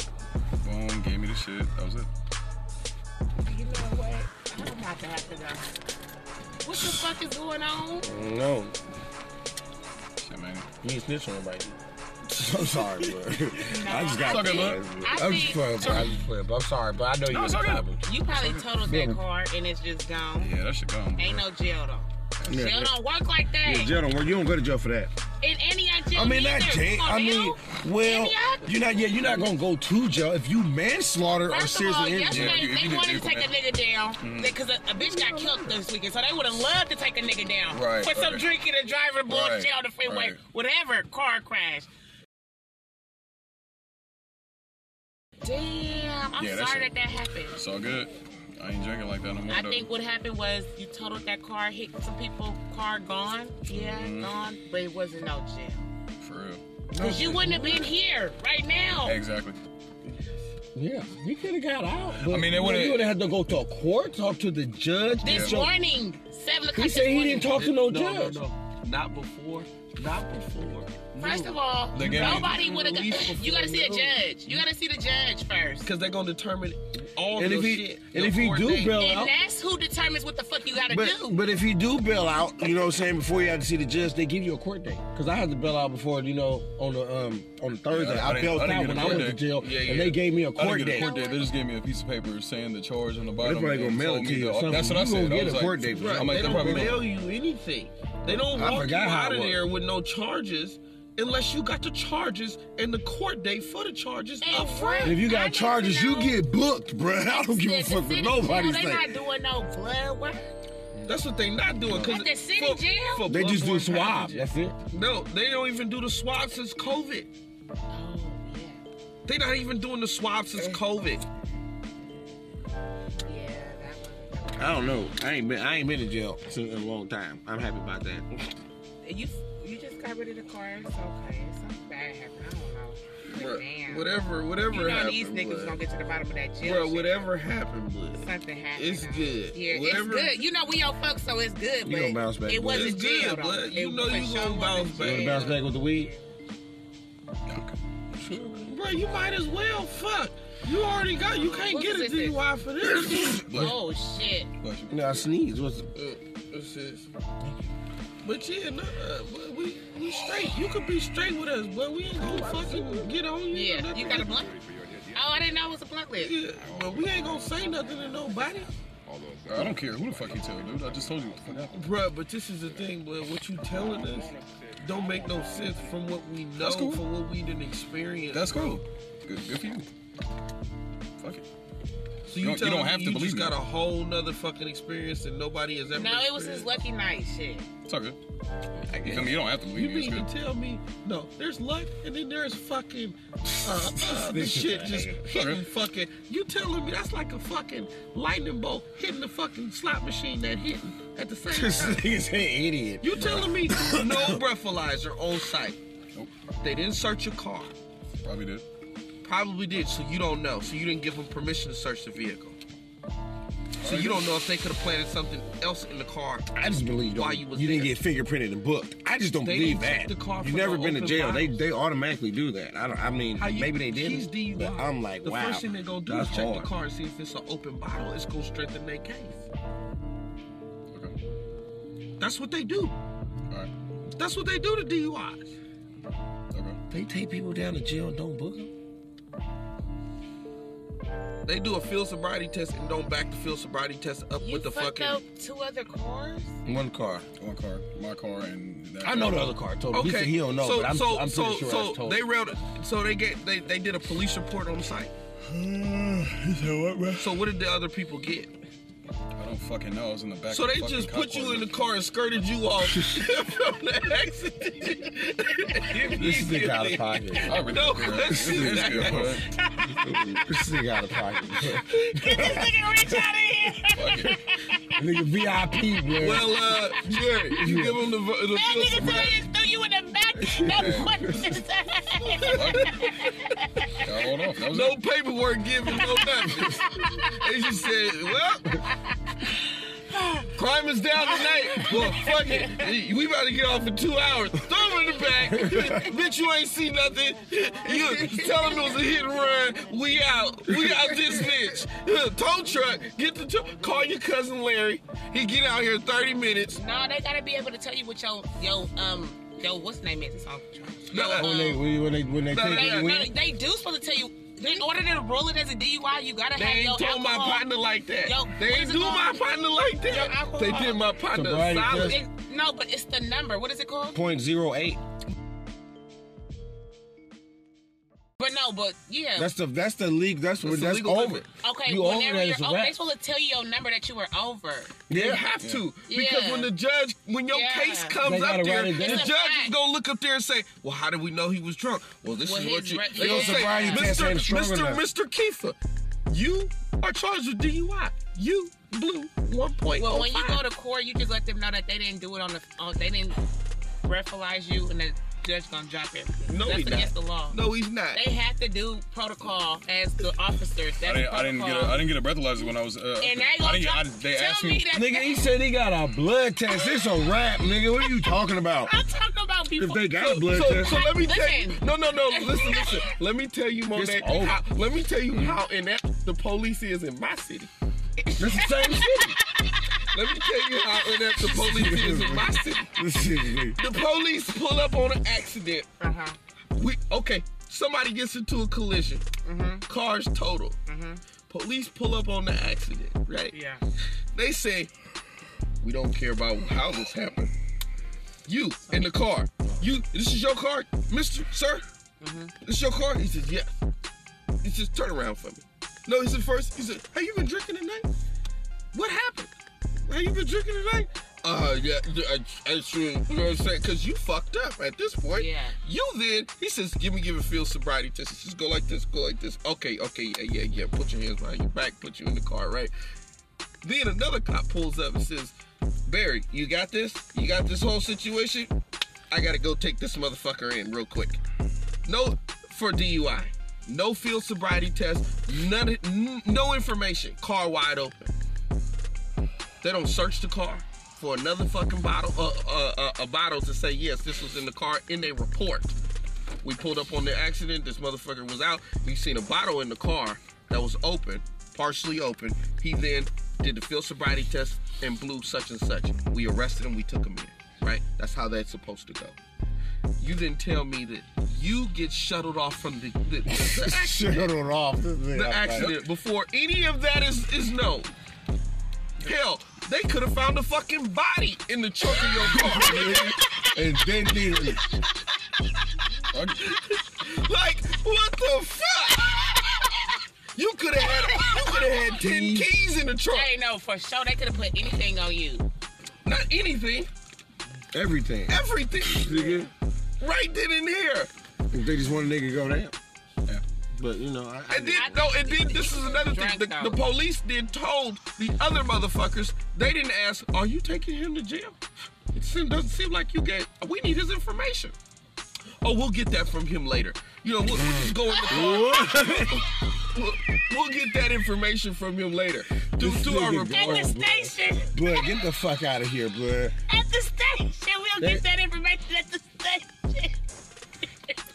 [SPEAKER 2] Boom, gave me the shit. That was it.
[SPEAKER 6] You know what? I'm about to have to go. What the fuck is going on?
[SPEAKER 3] Mm, No,
[SPEAKER 2] Shit, man.
[SPEAKER 3] you ain't snitch on nobody.
[SPEAKER 1] I'm sorry, bro. I just
[SPEAKER 6] I
[SPEAKER 1] got
[SPEAKER 6] think- I
[SPEAKER 1] I'm just
[SPEAKER 6] think-
[SPEAKER 1] playing, bro. I'm just playing, but I'm sorry, but I know you
[SPEAKER 2] No,
[SPEAKER 1] no,
[SPEAKER 2] it's
[SPEAKER 1] the
[SPEAKER 2] okay.
[SPEAKER 1] problem.
[SPEAKER 6] You probably totaled
[SPEAKER 3] Yeah.
[SPEAKER 6] that car and it's just gone.
[SPEAKER 2] Yeah, that shit gone.
[SPEAKER 6] Ain't
[SPEAKER 2] bro.
[SPEAKER 6] no jail though.
[SPEAKER 1] Yeah,
[SPEAKER 6] jail
[SPEAKER 1] yeah.
[SPEAKER 6] don't work like that.
[SPEAKER 1] gentlemen, you don't go to jail for that.
[SPEAKER 6] In any jail.
[SPEAKER 1] I mean,
[SPEAKER 6] neither.
[SPEAKER 1] not jail.
[SPEAKER 6] Come on
[SPEAKER 1] I
[SPEAKER 6] now.
[SPEAKER 1] mean, well,
[SPEAKER 6] Idiot.
[SPEAKER 1] you're not. Yeah, you're not gonna go to jail if you manslaughter or
[SPEAKER 6] First of all,
[SPEAKER 1] seriously injured.
[SPEAKER 6] yesterday
[SPEAKER 2] Yeah, you- you
[SPEAKER 6] they
[SPEAKER 2] did
[SPEAKER 6] wanted to
[SPEAKER 2] equal
[SPEAKER 6] take a Mm.
[SPEAKER 2] man.
[SPEAKER 6] nigga down because a, a bitch got killed this weekend, so they would have loved to take a nigga down
[SPEAKER 2] Right,
[SPEAKER 6] for some
[SPEAKER 2] right.
[SPEAKER 6] drinking and driving bullshit
[SPEAKER 2] Right,
[SPEAKER 6] on the freeway,
[SPEAKER 2] right.
[SPEAKER 6] whatever, car crash. Damn, I'm
[SPEAKER 2] Yeah, that's
[SPEAKER 6] sorry
[SPEAKER 2] it.
[SPEAKER 6] that that happened.
[SPEAKER 2] It's all good. I ain't drinking like that no more.
[SPEAKER 6] I
[SPEAKER 2] though.
[SPEAKER 6] think what happened was you totaled that car, hit some people, car gone. Yeah, gone, but it wasn't no jail.
[SPEAKER 2] for real.
[SPEAKER 6] Because you wouldn't have been here right now.
[SPEAKER 2] Exactly.
[SPEAKER 3] Yeah, you could have got out. But
[SPEAKER 2] I mean, they
[SPEAKER 3] you know,
[SPEAKER 2] would've-
[SPEAKER 3] You would have had to go to a court, talk to the judge.
[SPEAKER 6] This
[SPEAKER 3] So-
[SPEAKER 6] morning, 7 o'clock
[SPEAKER 3] He said
[SPEAKER 6] this
[SPEAKER 3] he
[SPEAKER 6] morning.
[SPEAKER 3] didn't talk to no
[SPEAKER 4] no, no,
[SPEAKER 3] judge.
[SPEAKER 4] no, not before, not before.
[SPEAKER 6] First of all,
[SPEAKER 2] They gave me-
[SPEAKER 6] nobody would have got.
[SPEAKER 4] Release before
[SPEAKER 6] You gotta see a
[SPEAKER 4] noon.
[SPEAKER 6] judge. You gotta see the judge first.
[SPEAKER 4] because they're gonna determine all
[SPEAKER 3] And
[SPEAKER 4] your
[SPEAKER 3] if he
[SPEAKER 4] shit.
[SPEAKER 3] and
[SPEAKER 4] your
[SPEAKER 3] if he
[SPEAKER 4] court
[SPEAKER 3] do
[SPEAKER 4] date.
[SPEAKER 3] bail
[SPEAKER 6] And
[SPEAKER 3] out,
[SPEAKER 6] that's who determines what the fuck you gotta
[SPEAKER 3] But
[SPEAKER 6] do.
[SPEAKER 3] but if you do bail out, you know what I'm saying, before you have to see the judge, they give you a court date. Cause I had to bail out before, you know, on the um on the Thursday.
[SPEAKER 2] Yeah, I
[SPEAKER 3] I,
[SPEAKER 2] didn't-
[SPEAKER 3] bailed
[SPEAKER 2] I didn't
[SPEAKER 3] out
[SPEAKER 2] get
[SPEAKER 3] when
[SPEAKER 2] a
[SPEAKER 3] I
[SPEAKER 2] court
[SPEAKER 3] went to
[SPEAKER 2] date.
[SPEAKER 3] jail
[SPEAKER 4] Yeah,
[SPEAKER 3] and
[SPEAKER 4] yeah.
[SPEAKER 3] they gave me a
[SPEAKER 2] I didn't
[SPEAKER 3] court
[SPEAKER 2] get a
[SPEAKER 3] date.
[SPEAKER 2] court date. They just gave me a piece of paper saying the charge on the
[SPEAKER 1] They
[SPEAKER 2] bottom.
[SPEAKER 1] probably gonna
[SPEAKER 2] and
[SPEAKER 1] mail
[SPEAKER 2] told
[SPEAKER 1] it to
[SPEAKER 2] me
[SPEAKER 1] you.
[SPEAKER 2] the-
[SPEAKER 1] or something.
[SPEAKER 2] That's what
[SPEAKER 1] you
[SPEAKER 2] I
[SPEAKER 1] gonna
[SPEAKER 2] said. I
[SPEAKER 1] Get
[SPEAKER 2] was
[SPEAKER 1] a
[SPEAKER 2] like,
[SPEAKER 1] court date. for
[SPEAKER 4] Right,
[SPEAKER 1] that.
[SPEAKER 2] I'm like,
[SPEAKER 4] they
[SPEAKER 2] they
[SPEAKER 4] don't
[SPEAKER 2] probably
[SPEAKER 4] bail
[SPEAKER 2] don't.
[SPEAKER 4] you anything. They don't
[SPEAKER 3] I
[SPEAKER 4] walk you
[SPEAKER 3] forgot how
[SPEAKER 4] out
[SPEAKER 3] it
[SPEAKER 4] of
[SPEAKER 3] worked.
[SPEAKER 4] there with no charges unless you got the charges and the court date for the charges
[SPEAKER 6] And
[SPEAKER 4] up
[SPEAKER 6] what?
[SPEAKER 4] front.
[SPEAKER 3] If you
[SPEAKER 6] I
[SPEAKER 3] got
[SPEAKER 6] need to
[SPEAKER 3] charges, you
[SPEAKER 6] know-
[SPEAKER 3] get booked, bruh. I don't give a
[SPEAKER 6] At the
[SPEAKER 3] fuck what
[SPEAKER 6] city
[SPEAKER 3] nobody
[SPEAKER 6] jail, They
[SPEAKER 3] say.
[SPEAKER 6] not doing no blood work.
[SPEAKER 4] That's what they not doing. Cause
[SPEAKER 6] At the city
[SPEAKER 4] for-
[SPEAKER 6] jail?
[SPEAKER 4] for
[SPEAKER 3] They just do
[SPEAKER 4] bloodborne
[SPEAKER 3] swab.
[SPEAKER 4] pathogens.
[SPEAKER 3] That's it.
[SPEAKER 4] No, they don't even do the swab since COVID.
[SPEAKER 6] Oh
[SPEAKER 4] They not even doing the swab since COVID.
[SPEAKER 6] yeah, yeah, that was.
[SPEAKER 3] I don't know. I ain't been I ain't been in jail in a long time. I'm happy about that.
[SPEAKER 6] You you just got rid of the car. It's okay. Something bad happened. I don't know.
[SPEAKER 4] Bruh,
[SPEAKER 6] Damn.
[SPEAKER 4] whatever, whatever
[SPEAKER 6] You know
[SPEAKER 4] happened.
[SPEAKER 6] these niggas
[SPEAKER 4] blood.
[SPEAKER 6] gonna get to the bottom of that jail.
[SPEAKER 4] Bruh,
[SPEAKER 6] shit.
[SPEAKER 4] whatever happened, blood.
[SPEAKER 6] Something happened.
[SPEAKER 4] It's good.
[SPEAKER 6] Yeah,
[SPEAKER 4] Whatever-
[SPEAKER 6] it's good. You know we don't fuck, so it's good. But
[SPEAKER 3] You gonna bounce back,
[SPEAKER 6] It
[SPEAKER 3] boy.
[SPEAKER 6] wasn't
[SPEAKER 4] It's good,
[SPEAKER 6] jail,
[SPEAKER 4] blood.
[SPEAKER 6] though.
[SPEAKER 4] You
[SPEAKER 6] It
[SPEAKER 4] know
[SPEAKER 6] for
[SPEAKER 4] you
[SPEAKER 6] sure
[SPEAKER 4] gonna
[SPEAKER 6] wasn't
[SPEAKER 4] bounce back.
[SPEAKER 3] You wanna
[SPEAKER 6] jail.
[SPEAKER 3] bounce back with the weed?
[SPEAKER 4] Bro, you might as well fuck. You already got. You can't
[SPEAKER 6] What
[SPEAKER 4] get
[SPEAKER 6] was
[SPEAKER 4] a
[SPEAKER 6] it that-
[SPEAKER 4] DUI for this.
[SPEAKER 6] Oh shit.
[SPEAKER 3] No, I sneeze. What's
[SPEAKER 4] This is- But yeah, no, uh, but we we straight. You could be straight with us, but we ain't gonna fucking get on you. or
[SPEAKER 6] Yeah,
[SPEAKER 4] nothing.
[SPEAKER 6] you got a blunt? Oh, I didn't know it was a blunt list.
[SPEAKER 4] Yeah, but we ain't gonna say nothing to nobody,
[SPEAKER 2] I don't care who the fuck you tell, dude. I just told you what the fuck happened.
[SPEAKER 4] Bruh, But this is the thing, but what you telling us don't make no sense from what we know,
[SPEAKER 2] cool.
[SPEAKER 4] from what we didn't experience.
[SPEAKER 2] That's cool. Good, good for you. Fuck it.
[SPEAKER 4] so you,
[SPEAKER 2] you don't- you
[SPEAKER 4] telling
[SPEAKER 2] don't
[SPEAKER 4] me
[SPEAKER 2] have to
[SPEAKER 4] you
[SPEAKER 2] believe
[SPEAKER 4] just
[SPEAKER 2] me.
[SPEAKER 4] got a whole nother fucking experience and nobody has ever.
[SPEAKER 6] No, it was his
[SPEAKER 4] experienced.
[SPEAKER 6] lucky night shit.
[SPEAKER 2] It's all good. You feel me? You don't have to
[SPEAKER 4] You
[SPEAKER 2] believe me. It's
[SPEAKER 4] mean
[SPEAKER 2] good.
[SPEAKER 4] to tell me no? There's luck, and then there's fucking uh, uh, the shit just hitting fucking. You telling me that's like a fucking lightning bolt hitting the fucking slot machine that hitting at the same
[SPEAKER 3] this
[SPEAKER 4] time.
[SPEAKER 3] nigga's an idiot?
[SPEAKER 4] You telling me no breathalyzer on site?
[SPEAKER 2] Nope.
[SPEAKER 4] They didn't search your car.
[SPEAKER 2] Probably did.
[SPEAKER 4] Probably did, so you don't know. So you didn't give them permission to search the vehicle. So you don't know if they could have planted something else in the car.
[SPEAKER 3] I just believe
[SPEAKER 4] Why
[SPEAKER 3] don't-
[SPEAKER 4] you was
[SPEAKER 3] didn't
[SPEAKER 4] there.
[SPEAKER 3] get fingerprinted and booked. I just don't
[SPEAKER 4] They
[SPEAKER 3] believe
[SPEAKER 4] didn't
[SPEAKER 3] that.
[SPEAKER 4] check the car
[SPEAKER 3] You've
[SPEAKER 4] for
[SPEAKER 3] never
[SPEAKER 4] no
[SPEAKER 3] been to
[SPEAKER 4] open
[SPEAKER 3] jail. They
[SPEAKER 4] bottles.
[SPEAKER 3] they automatically do that. I don't. I mean,
[SPEAKER 4] How you,
[SPEAKER 3] maybe they didn't.
[SPEAKER 4] He's DUI.
[SPEAKER 3] But I'm like,
[SPEAKER 4] the
[SPEAKER 3] wow.
[SPEAKER 4] first thing they're gonna do
[SPEAKER 3] that's
[SPEAKER 4] is check
[SPEAKER 3] hard.
[SPEAKER 4] the car and see if it's an open bottle. It's gonna strengthen their case.
[SPEAKER 2] Okay.
[SPEAKER 4] That's what they do.
[SPEAKER 2] All right.
[SPEAKER 4] That's what they do to DUIs.
[SPEAKER 2] Okay.
[SPEAKER 3] They take people down to jail and don't book them.
[SPEAKER 4] They do a field sobriety test and don't back the field sobriety test up
[SPEAKER 6] You
[SPEAKER 4] with the
[SPEAKER 6] fucked
[SPEAKER 4] fucking.
[SPEAKER 6] up two other cars?
[SPEAKER 3] One car.
[SPEAKER 2] One car, my car, and that
[SPEAKER 3] I know the other car. Told him. He said
[SPEAKER 4] Okay,
[SPEAKER 3] he don't know,
[SPEAKER 4] so
[SPEAKER 3] but I'm,
[SPEAKER 4] so
[SPEAKER 3] I'm
[SPEAKER 4] so
[SPEAKER 3] pretty sure I
[SPEAKER 4] so
[SPEAKER 3] told
[SPEAKER 4] they
[SPEAKER 3] him.
[SPEAKER 4] railed. So they get they they did a police report on the site. So what did the other people get?
[SPEAKER 2] I don't fucking know. I was in the back.
[SPEAKER 4] So
[SPEAKER 2] of the
[SPEAKER 4] they
[SPEAKER 2] fucking
[SPEAKER 4] just
[SPEAKER 2] cop
[SPEAKER 4] put you
[SPEAKER 2] car.
[SPEAKER 4] in the car and skirted you off from the accident.
[SPEAKER 3] This nigga out of pocket.
[SPEAKER 2] I really
[SPEAKER 4] No,
[SPEAKER 2] don't care.
[SPEAKER 4] that's-
[SPEAKER 2] It's, it's good, bro.
[SPEAKER 3] this nigga out of pocket.
[SPEAKER 6] Get this nigga rich out of here!
[SPEAKER 2] Fuck it.
[SPEAKER 3] nigga VIP, man.
[SPEAKER 4] Well, uh, Jerry, you give them the, vo- the
[SPEAKER 6] That
[SPEAKER 4] field
[SPEAKER 6] nigga
[SPEAKER 4] sobriety.
[SPEAKER 6] told threw you in the back. That was
[SPEAKER 2] Fuck it. Got rolled off. That was
[SPEAKER 4] No
[SPEAKER 2] it.
[SPEAKER 4] paperwork given, no nothing. they just said, well, crime is down tonight. Well, fuck it. We about to get off in two hours. Throw him in the back. Bitch, you ain't see nothing. You tell him it was a hit and run. We out. We out this bitch. Tow truck. Get the tow. Call your cousin Larry. He get out here in 30 minutes.
[SPEAKER 6] No, they gotta be able to tell you what your, your, um, your, what's the name is? It's off the charts.
[SPEAKER 4] No,
[SPEAKER 6] Your,
[SPEAKER 3] when they
[SPEAKER 6] um,
[SPEAKER 3] when they when they
[SPEAKER 4] No,
[SPEAKER 3] take
[SPEAKER 4] no,
[SPEAKER 6] They,
[SPEAKER 3] you
[SPEAKER 6] no,
[SPEAKER 3] in,
[SPEAKER 6] they do supposed to tell you. In order to rule it as a DUI, you gotta
[SPEAKER 4] They
[SPEAKER 6] have
[SPEAKER 4] ain't
[SPEAKER 6] your
[SPEAKER 4] told my
[SPEAKER 6] alcohol.
[SPEAKER 4] partner like that.
[SPEAKER 6] Yo,
[SPEAKER 4] they
[SPEAKER 6] what
[SPEAKER 4] ain't
[SPEAKER 6] is it
[SPEAKER 4] do
[SPEAKER 6] called?
[SPEAKER 4] my partner like
[SPEAKER 6] Your
[SPEAKER 4] that.
[SPEAKER 6] alcohol.
[SPEAKER 4] They did my partner a
[SPEAKER 3] Sobriety
[SPEAKER 4] solid.
[SPEAKER 3] test.
[SPEAKER 6] It, no, but it's the number. What is it called?
[SPEAKER 3] point zero eight.
[SPEAKER 6] But no, but yeah.
[SPEAKER 3] That's the that's the league. That's
[SPEAKER 4] That's
[SPEAKER 3] when
[SPEAKER 4] the
[SPEAKER 3] that's
[SPEAKER 4] legal
[SPEAKER 3] over.
[SPEAKER 4] limit.
[SPEAKER 6] okay,
[SPEAKER 3] you over
[SPEAKER 6] whenever
[SPEAKER 3] there,
[SPEAKER 6] you're
[SPEAKER 3] it's a
[SPEAKER 6] over,
[SPEAKER 3] wrap.
[SPEAKER 6] they supposed to tell you your number that you were over.
[SPEAKER 4] They
[SPEAKER 3] Yeah.
[SPEAKER 4] have to because
[SPEAKER 6] Yeah.
[SPEAKER 4] when the judge, when your
[SPEAKER 6] Yeah.
[SPEAKER 4] case
[SPEAKER 3] They
[SPEAKER 4] comes
[SPEAKER 3] gotta
[SPEAKER 4] up there,
[SPEAKER 3] write it
[SPEAKER 4] the
[SPEAKER 3] down.
[SPEAKER 4] judge
[SPEAKER 6] It's a
[SPEAKER 4] is
[SPEAKER 6] fact.
[SPEAKER 4] gonna look up there and say, "Well, how did we know he was drunk? Well, this
[SPEAKER 6] Well,
[SPEAKER 4] is what
[SPEAKER 6] his
[SPEAKER 4] you."
[SPEAKER 6] re-
[SPEAKER 4] they gonna
[SPEAKER 6] his
[SPEAKER 4] say,
[SPEAKER 6] sobriety
[SPEAKER 3] test
[SPEAKER 4] "Mr.
[SPEAKER 3] ain't strong
[SPEAKER 4] Mr.
[SPEAKER 3] enough."
[SPEAKER 4] Mr. Kiefer, you are charged with DUI. You blew one point
[SPEAKER 6] Well,
[SPEAKER 4] oh
[SPEAKER 6] when you
[SPEAKER 4] five."
[SPEAKER 6] go to court, you just let them know that they didn't do it on the. On, they didn't breathalyze you, and the judge gonna drop it.
[SPEAKER 4] No,
[SPEAKER 6] that's
[SPEAKER 4] he
[SPEAKER 6] against
[SPEAKER 4] not.
[SPEAKER 6] the law.
[SPEAKER 4] no, he's not.
[SPEAKER 6] They have to do protocol as the officers.
[SPEAKER 2] I
[SPEAKER 6] That's
[SPEAKER 2] didn't,
[SPEAKER 6] protocol.
[SPEAKER 2] I didn't get a, I didn't get a breathalyzer when I was. Uh,
[SPEAKER 6] and they
[SPEAKER 2] I
[SPEAKER 6] gonna
[SPEAKER 2] didn't get-
[SPEAKER 6] drop,
[SPEAKER 2] I- they
[SPEAKER 6] tell
[SPEAKER 2] asked
[SPEAKER 6] me
[SPEAKER 2] me.
[SPEAKER 6] that.
[SPEAKER 3] Nigga, he said he got a blood test. It's a rap, nigga. What are you talking about?
[SPEAKER 6] I'm talking about people.
[SPEAKER 3] If they got a blood
[SPEAKER 4] so,
[SPEAKER 3] test,
[SPEAKER 4] so let me tell you.
[SPEAKER 6] Listen.
[SPEAKER 4] No, no, no. Listen, listen. Let me tell you, Monet.
[SPEAKER 3] over.
[SPEAKER 4] How, let me tell you how inept the police is in my city.
[SPEAKER 3] it's the same shit.
[SPEAKER 4] Let me tell you how inept the police is in my city.
[SPEAKER 3] This shit is weak.
[SPEAKER 4] The police pull up on an accident.
[SPEAKER 6] uh-huh.
[SPEAKER 4] We okay. Somebody gets into a collision. Cars total. Police pull up on the accident, right?
[SPEAKER 6] Yeah.
[SPEAKER 4] They say we don't care about how this happened. You in the car. You. This is your car, Mister Sir. This is your car. He says, yeah. He says, turn around for me. No, he said first. He said, have you been drinking tonight? What happened? Have you been drinking tonight? Uh, yeah, yeah, I, I sure, you know what I'm saying? Because you fucked up at this point.
[SPEAKER 6] Yeah.
[SPEAKER 4] You then, he says, give me, give a field sobriety test. He says, go like this, go like this. Okay, okay, yeah, yeah, yeah. Put your hands behind your back, put you in the car, right? Then another cop pulls up and says, Barry, you got this? You got this whole situation? I gotta go take this motherfucker in real quick. No, for DUI. No field sobriety test, none, n- no information. Car wide open. They don't search the car for another fucking bottle, uh, uh, uh, a bottle to say yes, this was in the car in a report. We pulled up on the accident. This motherfucker was out. We seen a bottle in the car that was open, partially open. He then did the field sobriety test and blew such and such. We arrested him. We took him in. Right? That's how that's supposed to go. You didn't tell me that you get shuttled off from the, the, the accident
[SPEAKER 7] Shuttled off. This nigga
[SPEAKER 4] the
[SPEAKER 7] outside.
[SPEAKER 4] accident before any of that is is known. Hell, they could have found a fucking body in the trunk of your car.
[SPEAKER 7] And then did it.
[SPEAKER 4] like, what the fuck? You could have had you could have had ten keys in the
[SPEAKER 6] They
[SPEAKER 4] trunk.
[SPEAKER 6] know for sure they could have put anything on you.
[SPEAKER 4] Not anything,
[SPEAKER 3] Everything.
[SPEAKER 4] everything.
[SPEAKER 3] Nigga,
[SPEAKER 4] Right then and there.
[SPEAKER 3] if they just want a nigga to go down. But you know, I, I,
[SPEAKER 4] And then no, and then this is another thing. The, the police then told the other motherfuckers they didn't ask, "Are you taking him to jail?" It seem, doesn't seem like you gave. We need his information. Oh, we'll get that from him later. You know, we'll, we'll just go in the car. we'll, we'll get that information from him later. Do, do our
[SPEAKER 7] nigga
[SPEAKER 6] At the
[SPEAKER 4] report.
[SPEAKER 6] station.
[SPEAKER 7] Blood, get the fuck out of here, blood.
[SPEAKER 6] At the station. We'll get that information at the station.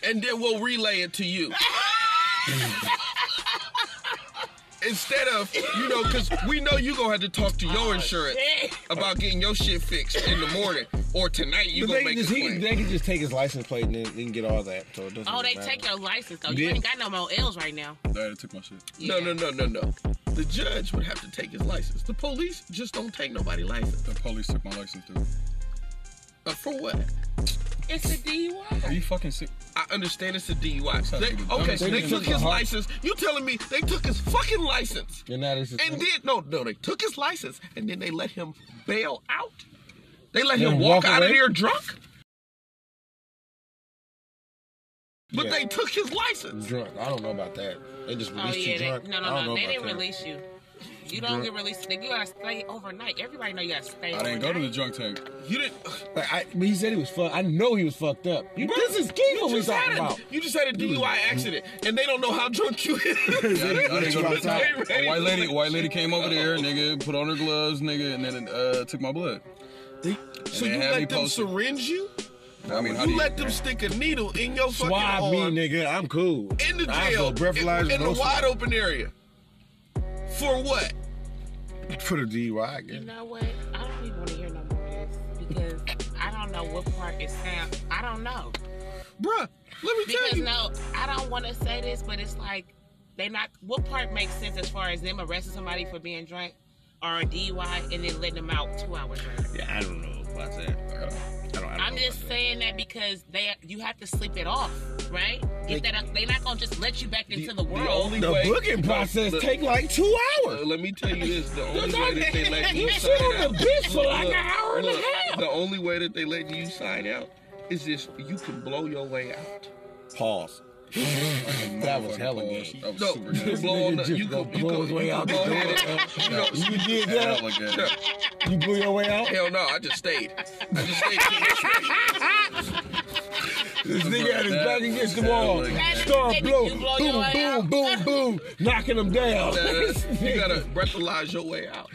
[SPEAKER 4] and then we'll relay it to you. Instead of, you know, because we know you're going to have to talk to
[SPEAKER 6] Oh,
[SPEAKER 4] your insurance
[SPEAKER 6] shit.
[SPEAKER 4] about getting your shit fixed in the morning or tonight you
[SPEAKER 3] But
[SPEAKER 4] going
[SPEAKER 3] they,
[SPEAKER 4] to
[SPEAKER 3] can
[SPEAKER 4] make a
[SPEAKER 3] just, he,
[SPEAKER 4] claim.
[SPEAKER 3] they can just take his license plate and then he can get all that. So it doesn't
[SPEAKER 6] Oh, they
[SPEAKER 3] matter.
[SPEAKER 6] take your license though. You
[SPEAKER 3] Yeah.
[SPEAKER 6] ain't got no more L's right now.
[SPEAKER 2] Nah, they took my shit.
[SPEAKER 4] No, no, no, no, no. The judge would have to take his license. The police just don't take nobody's license.
[SPEAKER 2] The police took my license, dude.
[SPEAKER 4] Uh, for what?
[SPEAKER 6] It's a DUI.
[SPEAKER 2] Are you fucking sick?
[SPEAKER 4] I understand it's a DUI.
[SPEAKER 2] Sounds
[SPEAKER 4] They-
[SPEAKER 2] like the
[SPEAKER 4] okay,
[SPEAKER 2] dumbest
[SPEAKER 4] so they
[SPEAKER 3] thing
[SPEAKER 4] took
[SPEAKER 3] in the
[SPEAKER 4] his
[SPEAKER 3] heart.
[SPEAKER 4] license. You telling me they took his fucking license?
[SPEAKER 3] And now this is
[SPEAKER 4] And then no, no, they took his license and then they let him bail out. They let
[SPEAKER 3] Then
[SPEAKER 4] him walk,
[SPEAKER 3] walk
[SPEAKER 4] out of
[SPEAKER 3] away?
[SPEAKER 4] here drunk. But
[SPEAKER 3] Yeah.
[SPEAKER 4] they took his license.
[SPEAKER 3] drunk. I don't know about that. They just
[SPEAKER 6] Oh
[SPEAKER 3] released you
[SPEAKER 6] yeah, they,
[SPEAKER 3] drunk.
[SPEAKER 6] no,
[SPEAKER 3] I
[SPEAKER 6] no,
[SPEAKER 3] don't
[SPEAKER 6] no.
[SPEAKER 3] know
[SPEAKER 6] They
[SPEAKER 3] about
[SPEAKER 6] didn't
[SPEAKER 3] that.
[SPEAKER 6] release you. You don't get released. Nigga, you gotta stay overnight. Everybody know you gotta stay.
[SPEAKER 2] I didn't go to the
[SPEAKER 6] overnight.
[SPEAKER 2] drunk tank.
[SPEAKER 4] You didn't.
[SPEAKER 3] Like, I, but he said he was fucked. I know he was fucked up. You,
[SPEAKER 4] Bro,
[SPEAKER 3] this is key
[SPEAKER 4] you
[SPEAKER 3] what we
[SPEAKER 4] just
[SPEAKER 3] talking
[SPEAKER 4] had a-
[SPEAKER 3] about.
[SPEAKER 4] You just had a DUI accident, and they don't know how drunk you is.
[SPEAKER 2] I didn't- I didn't go to the
[SPEAKER 4] They
[SPEAKER 2] tank.
[SPEAKER 4] ready
[SPEAKER 2] A white
[SPEAKER 4] to
[SPEAKER 2] lady,
[SPEAKER 4] let
[SPEAKER 2] a white lady
[SPEAKER 4] you
[SPEAKER 2] came over
[SPEAKER 4] go.
[SPEAKER 2] there, nigga, put on her gloves, nigga, and then uh, took my blood.
[SPEAKER 4] So
[SPEAKER 2] And
[SPEAKER 4] you
[SPEAKER 2] they had me
[SPEAKER 4] let them
[SPEAKER 2] posted.
[SPEAKER 4] syringe you?
[SPEAKER 2] I mean, how do
[SPEAKER 4] You
[SPEAKER 2] you?
[SPEAKER 4] let them stick a needle in your fucking
[SPEAKER 3] Swab me,
[SPEAKER 4] arm
[SPEAKER 3] nigga. I'm cool.
[SPEAKER 4] in the
[SPEAKER 3] I
[SPEAKER 4] jail,
[SPEAKER 3] go breathalyzer,
[SPEAKER 4] in, in
[SPEAKER 3] no
[SPEAKER 4] the wide open area. For what?
[SPEAKER 7] For the DUI, I guess.
[SPEAKER 6] You know what? I don't even want to hear no more of this because I don't know what part it sounds. I don't know
[SPEAKER 4] Bruh, let me tell
[SPEAKER 6] because
[SPEAKER 4] you.
[SPEAKER 6] no, I don't want to say this, but it's like they not. What part makes sense as far as them arresting somebody for being drunk or a DUI and then letting them out two hours later?
[SPEAKER 7] Yeah, I don't know about that. I don't, I don't, I don't
[SPEAKER 6] I'm
[SPEAKER 7] know
[SPEAKER 6] just
[SPEAKER 7] about
[SPEAKER 6] saying that because they you have to sleep it off, right? Get that out- they not gonna just let you back into the world.
[SPEAKER 4] only
[SPEAKER 3] The
[SPEAKER 4] way-
[SPEAKER 3] booking
[SPEAKER 4] no,
[SPEAKER 3] process
[SPEAKER 4] look,
[SPEAKER 3] take like two
[SPEAKER 4] Uh,
[SPEAKER 3] hours.
[SPEAKER 4] let me tell you this: the only
[SPEAKER 6] not-
[SPEAKER 4] way that they let you
[SPEAKER 6] You
[SPEAKER 4] sign
[SPEAKER 6] sit
[SPEAKER 3] on
[SPEAKER 4] out,
[SPEAKER 3] the bitch for
[SPEAKER 4] look,
[SPEAKER 3] like an hour and a
[SPEAKER 4] look,
[SPEAKER 3] half.
[SPEAKER 4] The only way that they let you sign out is if you can blow your way out.
[SPEAKER 3] Pause. that was hella good.
[SPEAKER 2] That was
[SPEAKER 4] No,
[SPEAKER 2] super
[SPEAKER 4] you
[SPEAKER 2] good.
[SPEAKER 4] can blow on the,
[SPEAKER 3] Nigga
[SPEAKER 4] you
[SPEAKER 3] just
[SPEAKER 4] can,
[SPEAKER 3] gonna
[SPEAKER 4] you
[SPEAKER 3] blow
[SPEAKER 4] can,
[SPEAKER 3] his way
[SPEAKER 4] you
[SPEAKER 3] out
[SPEAKER 4] can
[SPEAKER 3] the
[SPEAKER 4] blow
[SPEAKER 3] door.
[SPEAKER 4] ahead. No,
[SPEAKER 3] You did that?
[SPEAKER 2] Hella good.
[SPEAKER 4] no,
[SPEAKER 3] You blew your way out?
[SPEAKER 4] hell no, I just stayed. I just stayed.
[SPEAKER 3] This nigga had his
[SPEAKER 2] that
[SPEAKER 3] back against the
[SPEAKER 2] was
[SPEAKER 3] wall.
[SPEAKER 2] hella good.
[SPEAKER 3] Start
[SPEAKER 6] Nigga, you
[SPEAKER 3] blowing.
[SPEAKER 6] blow your
[SPEAKER 3] Boom,
[SPEAKER 6] way
[SPEAKER 3] boom,
[SPEAKER 6] out.
[SPEAKER 3] boom, boom. Knocking him down.
[SPEAKER 4] Uh, you gotta breathalyze your way out.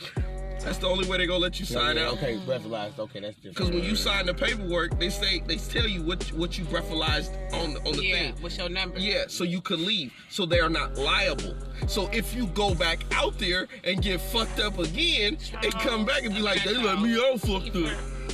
[SPEAKER 4] That's the only way they gonna let you sign
[SPEAKER 3] Yeah,
[SPEAKER 4] out.
[SPEAKER 3] Okay, breathalyzed. Okay, that's
[SPEAKER 4] Because
[SPEAKER 3] different.
[SPEAKER 4] when you sign the paperwork, they say they tell you what what you breathalyzed on the, on the
[SPEAKER 6] Yeah,
[SPEAKER 4] thing.
[SPEAKER 6] what's your number?
[SPEAKER 4] Yeah, so you could leave. So they are not liable. So if you go back out there and get fucked up again and come back and be like, they let me out fucked up.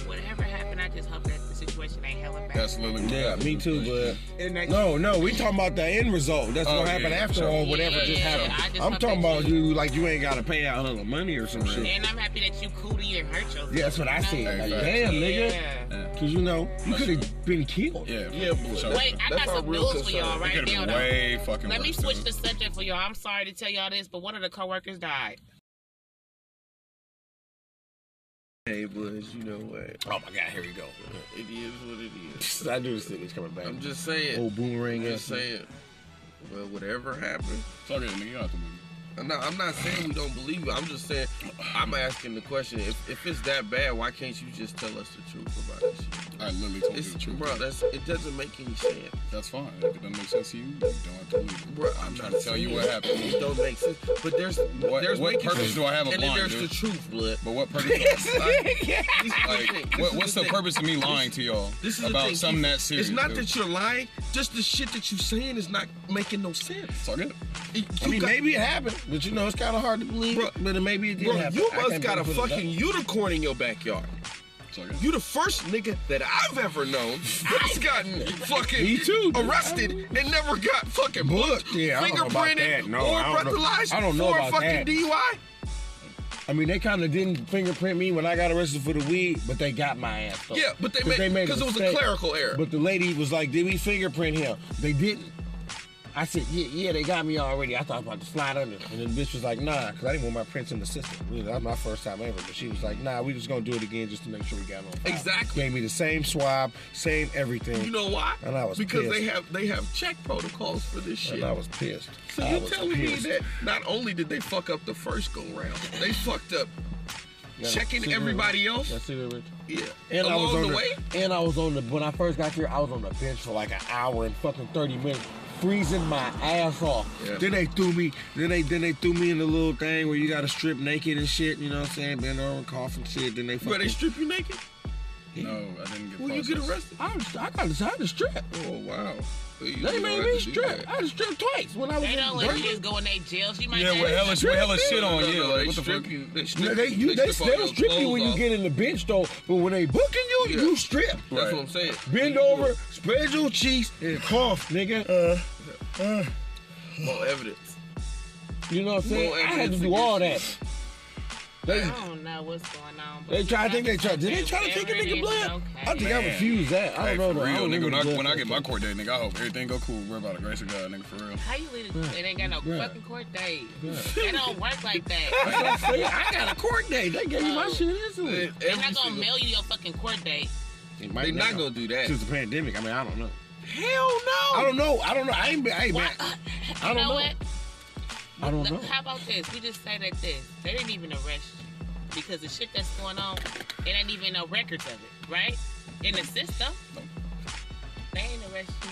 [SPEAKER 6] Whatever happened, I just hope that the situation ain't hella bad.
[SPEAKER 2] That's literally what
[SPEAKER 3] Yeah,
[SPEAKER 2] happened.
[SPEAKER 3] me too, bud.
[SPEAKER 6] And that-
[SPEAKER 3] No, no, we talking about the end result. That's
[SPEAKER 2] Oh,
[SPEAKER 3] what happened
[SPEAKER 2] yeah,
[SPEAKER 3] after
[SPEAKER 2] sure.
[SPEAKER 3] or whatever
[SPEAKER 6] Yeah,
[SPEAKER 3] just happened.
[SPEAKER 6] I just
[SPEAKER 3] I'm
[SPEAKER 6] hope
[SPEAKER 3] talking
[SPEAKER 6] that
[SPEAKER 3] about
[SPEAKER 6] you-
[SPEAKER 3] you like you ain't gotta pay out a little money or some shit.
[SPEAKER 6] And I'm happy that you cool to your hurt yourself.
[SPEAKER 3] Yeah, that's what I
[SPEAKER 6] You know?
[SPEAKER 3] said. Like,
[SPEAKER 2] Exactly.
[SPEAKER 3] damn, nigga,
[SPEAKER 6] Yeah.
[SPEAKER 3] because you know you could have been killed.
[SPEAKER 2] Yeah, for
[SPEAKER 4] Yeah, boy.
[SPEAKER 2] sure.
[SPEAKER 6] Wait, I
[SPEAKER 4] That's
[SPEAKER 6] got
[SPEAKER 4] our
[SPEAKER 6] some
[SPEAKER 4] real
[SPEAKER 6] news for
[SPEAKER 4] concern.
[SPEAKER 6] y'all
[SPEAKER 2] It
[SPEAKER 6] right
[SPEAKER 2] could have
[SPEAKER 6] now.
[SPEAKER 2] been
[SPEAKER 6] though.
[SPEAKER 2] way fucking
[SPEAKER 6] Let
[SPEAKER 2] worse.
[SPEAKER 6] me switch
[SPEAKER 2] dude.
[SPEAKER 6] the subject for y'all. I'm sorry to tell y'all this, but one of the coworkers died.
[SPEAKER 4] Hey, Buzz, you know what?
[SPEAKER 3] Oh my god, here we go.
[SPEAKER 4] It is what it is.
[SPEAKER 3] I knew this thing was coming back.
[SPEAKER 4] I'm just saying.
[SPEAKER 3] Old boomerang.
[SPEAKER 4] I'm
[SPEAKER 3] ass
[SPEAKER 4] just saying. Well, whatever happened.
[SPEAKER 2] It's okay, nigga. You don't have to move.
[SPEAKER 4] I'm not, I'm not saying we don't believe it. I'm just saying, I'm asking the question: if, if it's that bad, why can't you just tell us the truth about this? shit?
[SPEAKER 2] I literally told you
[SPEAKER 4] It's
[SPEAKER 2] the truth.
[SPEAKER 4] bro, that's it doesn't make any sense.
[SPEAKER 2] That's fine. If it doesn't make sense to you, you don't have to believe it.
[SPEAKER 4] Bro,
[SPEAKER 2] I'm,
[SPEAKER 4] I'm
[SPEAKER 2] trying
[SPEAKER 4] not
[SPEAKER 2] to tell you
[SPEAKER 4] saying
[SPEAKER 2] what
[SPEAKER 4] It
[SPEAKER 2] happened.
[SPEAKER 4] don't make sense. But there's
[SPEAKER 2] What-
[SPEAKER 4] there's
[SPEAKER 2] what
[SPEAKER 4] making
[SPEAKER 2] purpose
[SPEAKER 4] sense,
[SPEAKER 2] do I have of
[SPEAKER 4] and then
[SPEAKER 2] lying,
[SPEAKER 4] there's
[SPEAKER 2] dude?
[SPEAKER 4] the truth, blood.
[SPEAKER 2] But what purpose?
[SPEAKER 4] This is the thing.
[SPEAKER 2] like,
[SPEAKER 4] This
[SPEAKER 2] what,
[SPEAKER 4] is
[SPEAKER 2] what's the
[SPEAKER 4] thing.
[SPEAKER 2] purpose of me lying to y'all
[SPEAKER 4] This is the
[SPEAKER 2] about
[SPEAKER 4] thing.
[SPEAKER 2] something that serious?
[SPEAKER 4] It's not
[SPEAKER 2] dude?
[SPEAKER 4] that you're lying. Just the shit that you're saying is not making no sense.
[SPEAKER 2] It's all good.
[SPEAKER 4] You
[SPEAKER 3] I mean,
[SPEAKER 4] got-
[SPEAKER 3] maybe it happened, but you know, it's kind of hard to believe.
[SPEAKER 4] Bro,
[SPEAKER 3] but it- maybe it did
[SPEAKER 4] Bro,
[SPEAKER 3] happen.
[SPEAKER 4] you
[SPEAKER 3] I
[SPEAKER 4] must
[SPEAKER 3] can't
[SPEAKER 4] got a
[SPEAKER 3] put it up.
[SPEAKER 4] fucking unicorn in your backyard.
[SPEAKER 2] It's all good.
[SPEAKER 4] You the first nigga that I've ever known that's gotten fucking
[SPEAKER 3] Me too, dude.
[SPEAKER 4] arrested and never got fucking booked,
[SPEAKER 3] yeah, I don't know about
[SPEAKER 4] fingerprinted,
[SPEAKER 3] that. No,
[SPEAKER 4] or
[SPEAKER 3] I don't know-
[SPEAKER 4] breathalyzed
[SPEAKER 3] I don't know
[SPEAKER 4] for a
[SPEAKER 3] about
[SPEAKER 4] fucking
[SPEAKER 3] that.
[SPEAKER 4] DUI.
[SPEAKER 3] I mean, they kind of didn't fingerprint me when I got arrested for the weed, but they got my ass. Though.
[SPEAKER 4] Yeah, but they
[SPEAKER 3] 'Cause
[SPEAKER 4] made- 'cause it was a
[SPEAKER 3] mistake.
[SPEAKER 4] clerical error.
[SPEAKER 3] But the lady was like, "Did we fingerprint him?" They didn't. I said, "Yeah, yeah, they got me already." I thought I was about to slide under, and then the bitch was like, "Nah," because I didn't want my prints in the system. Really, that was my first time ever. But she was like, "Nah, we just gonna do it again just to make sure we got it on." file."
[SPEAKER 4] Exactly.
[SPEAKER 3] Gave me the same swab, same everything.
[SPEAKER 4] You know why?
[SPEAKER 3] And I was
[SPEAKER 4] because
[SPEAKER 3] pissed.
[SPEAKER 4] they have they have check protocols for this shit.
[SPEAKER 3] and I was pissed.
[SPEAKER 4] So
[SPEAKER 3] I
[SPEAKER 4] you
[SPEAKER 3] was
[SPEAKER 4] telling me
[SPEAKER 3] pissed.
[SPEAKER 4] that not only did they fuck up the first go round, they fucked up
[SPEAKER 3] Yeah,
[SPEAKER 4] checking
[SPEAKER 3] cigarette
[SPEAKER 4] everybody
[SPEAKER 3] rich.
[SPEAKER 4] else.
[SPEAKER 3] Yeah, cigarette rich.
[SPEAKER 4] Yeah.
[SPEAKER 3] And
[SPEAKER 4] Along
[SPEAKER 3] I was on
[SPEAKER 4] the,
[SPEAKER 3] the,
[SPEAKER 4] way.
[SPEAKER 3] And I was on the when I first got here, I was on the bench for like an hour and fucking 30 minutes, freezing my ass off.
[SPEAKER 4] Yeah.
[SPEAKER 3] Then they threw me, then they then they threw me in the little thing where you gotta strip naked and shit, you know what I'm saying? Bend over and cough and shit. Then they
[SPEAKER 4] Bro, they
[SPEAKER 3] fucking
[SPEAKER 4] strip you naked?
[SPEAKER 2] No, I didn't get.
[SPEAKER 4] Will you get arrested?
[SPEAKER 3] I, was, I got I had to strip.
[SPEAKER 4] Oh wow. You
[SPEAKER 3] They
[SPEAKER 4] don't
[SPEAKER 3] made
[SPEAKER 4] have
[SPEAKER 3] me
[SPEAKER 4] to do
[SPEAKER 3] strip.
[SPEAKER 4] that.
[SPEAKER 3] I had to strip twice when I was
[SPEAKER 6] They
[SPEAKER 3] in
[SPEAKER 6] don't let you
[SPEAKER 3] Georgia.
[SPEAKER 6] just go in their jails. You might
[SPEAKER 2] Yeah,
[SPEAKER 6] not-
[SPEAKER 2] with hella, with hella shit
[SPEAKER 4] No,
[SPEAKER 2] on you.
[SPEAKER 4] no,
[SPEAKER 2] Like,
[SPEAKER 4] they
[SPEAKER 2] what the
[SPEAKER 4] strip
[SPEAKER 2] fuck?
[SPEAKER 4] you. They strip
[SPEAKER 3] No, they, you, they,
[SPEAKER 4] strip all
[SPEAKER 3] they
[SPEAKER 4] your
[SPEAKER 3] don't strip you
[SPEAKER 4] clothes
[SPEAKER 3] when you
[SPEAKER 4] off.
[SPEAKER 3] get in the bench though, but when they booking you,
[SPEAKER 4] Yeah.
[SPEAKER 3] you strip.
[SPEAKER 4] That's
[SPEAKER 2] Right.
[SPEAKER 4] what I'm saying.
[SPEAKER 3] Bend over, spread your cheeks, and cough, nigga. Uh,
[SPEAKER 4] More evidence.
[SPEAKER 3] You know what I'm saying?
[SPEAKER 4] More
[SPEAKER 3] I had to
[SPEAKER 4] evidence
[SPEAKER 3] do all that.
[SPEAKER 4] against
[SPEAKER 3] They,
[SPEAKER 6] I don't know what's going on. but
[SPEAKER 3] they try. I think they try.
[SPEAKER 6] something
[SPEAKER 3] Did they try to take a
[SPEAKER 6] whatever it
[SPEAKER 3] nigga
[SPEAKER 6] is,
[SPEAKER 3] blood?
[SPEAKER 6] okay.
[SPEAKER 3] I think I
[SPEAKER 2] Man.
[SPEAKER 3] refused that. I
[SPEAKER 2] Hey,
[SPEAKER 3] don't
[SPEAKER 2] for
[SPEAKER 3] know. though. I
[SPEAKER 2] real,
[SPEAKER 3] don't
[SPEAKER 2] nigga.
[SPEAKER 3] remember
[SPEAKER 2] When
[SPEAKER 3] the
[SPEAKER 2] I, when
[SPEAKER 3] blood
[SPEAKER 2] I get my
[SPEAKER 3] test.
[SPEAKER 2] court date, nigga, I hope everything go cool. We're about the grace of God, nigga, for real.
[SPEAKER 6] How you leave it? It ain't got no fucking court date. It don't work like
[SPEAKER 3] That's
[SPEAKER 6] that.
[SPEAKER 3] what I'm saying. I got a court date. They gave me my
[SPEAKER 6] Oh.
[SPEAKER 3] shit instantly.
[SPEAKER 4] Every
[SPEAKER 6] They're not gonna
[SPEAKER 4] single-
[SPEAKER 6] mail you your fucking court date.
[SPEAKER 4] They not gonna do that.
[SPEAKER 3] Since the pandemic, I mean, I don't know.
[SPEAKER 4] Hell no.
[SPEAKER 3] I don't know. I don't know. I ain't. been- I ain't.
[SPEAKER 6] Why- uh,
[SPEAKER 3] Been, I don't
[SPEAKER 6] you know,
[SPEAKER 3] know.
[SPEAKER 6] what?
[SPEAKER 3] I don't
[SPEAKER 6] Look,
[SPEAKER 3] know.
[SPEAKER 6] How about this? We just say that this. They didn't even arrest you because the shit that's going on, it ain't even no records of it, right? In the system,
[SPEAKER 2] Nope.
[SPEAKER 6] they ain't arrest you.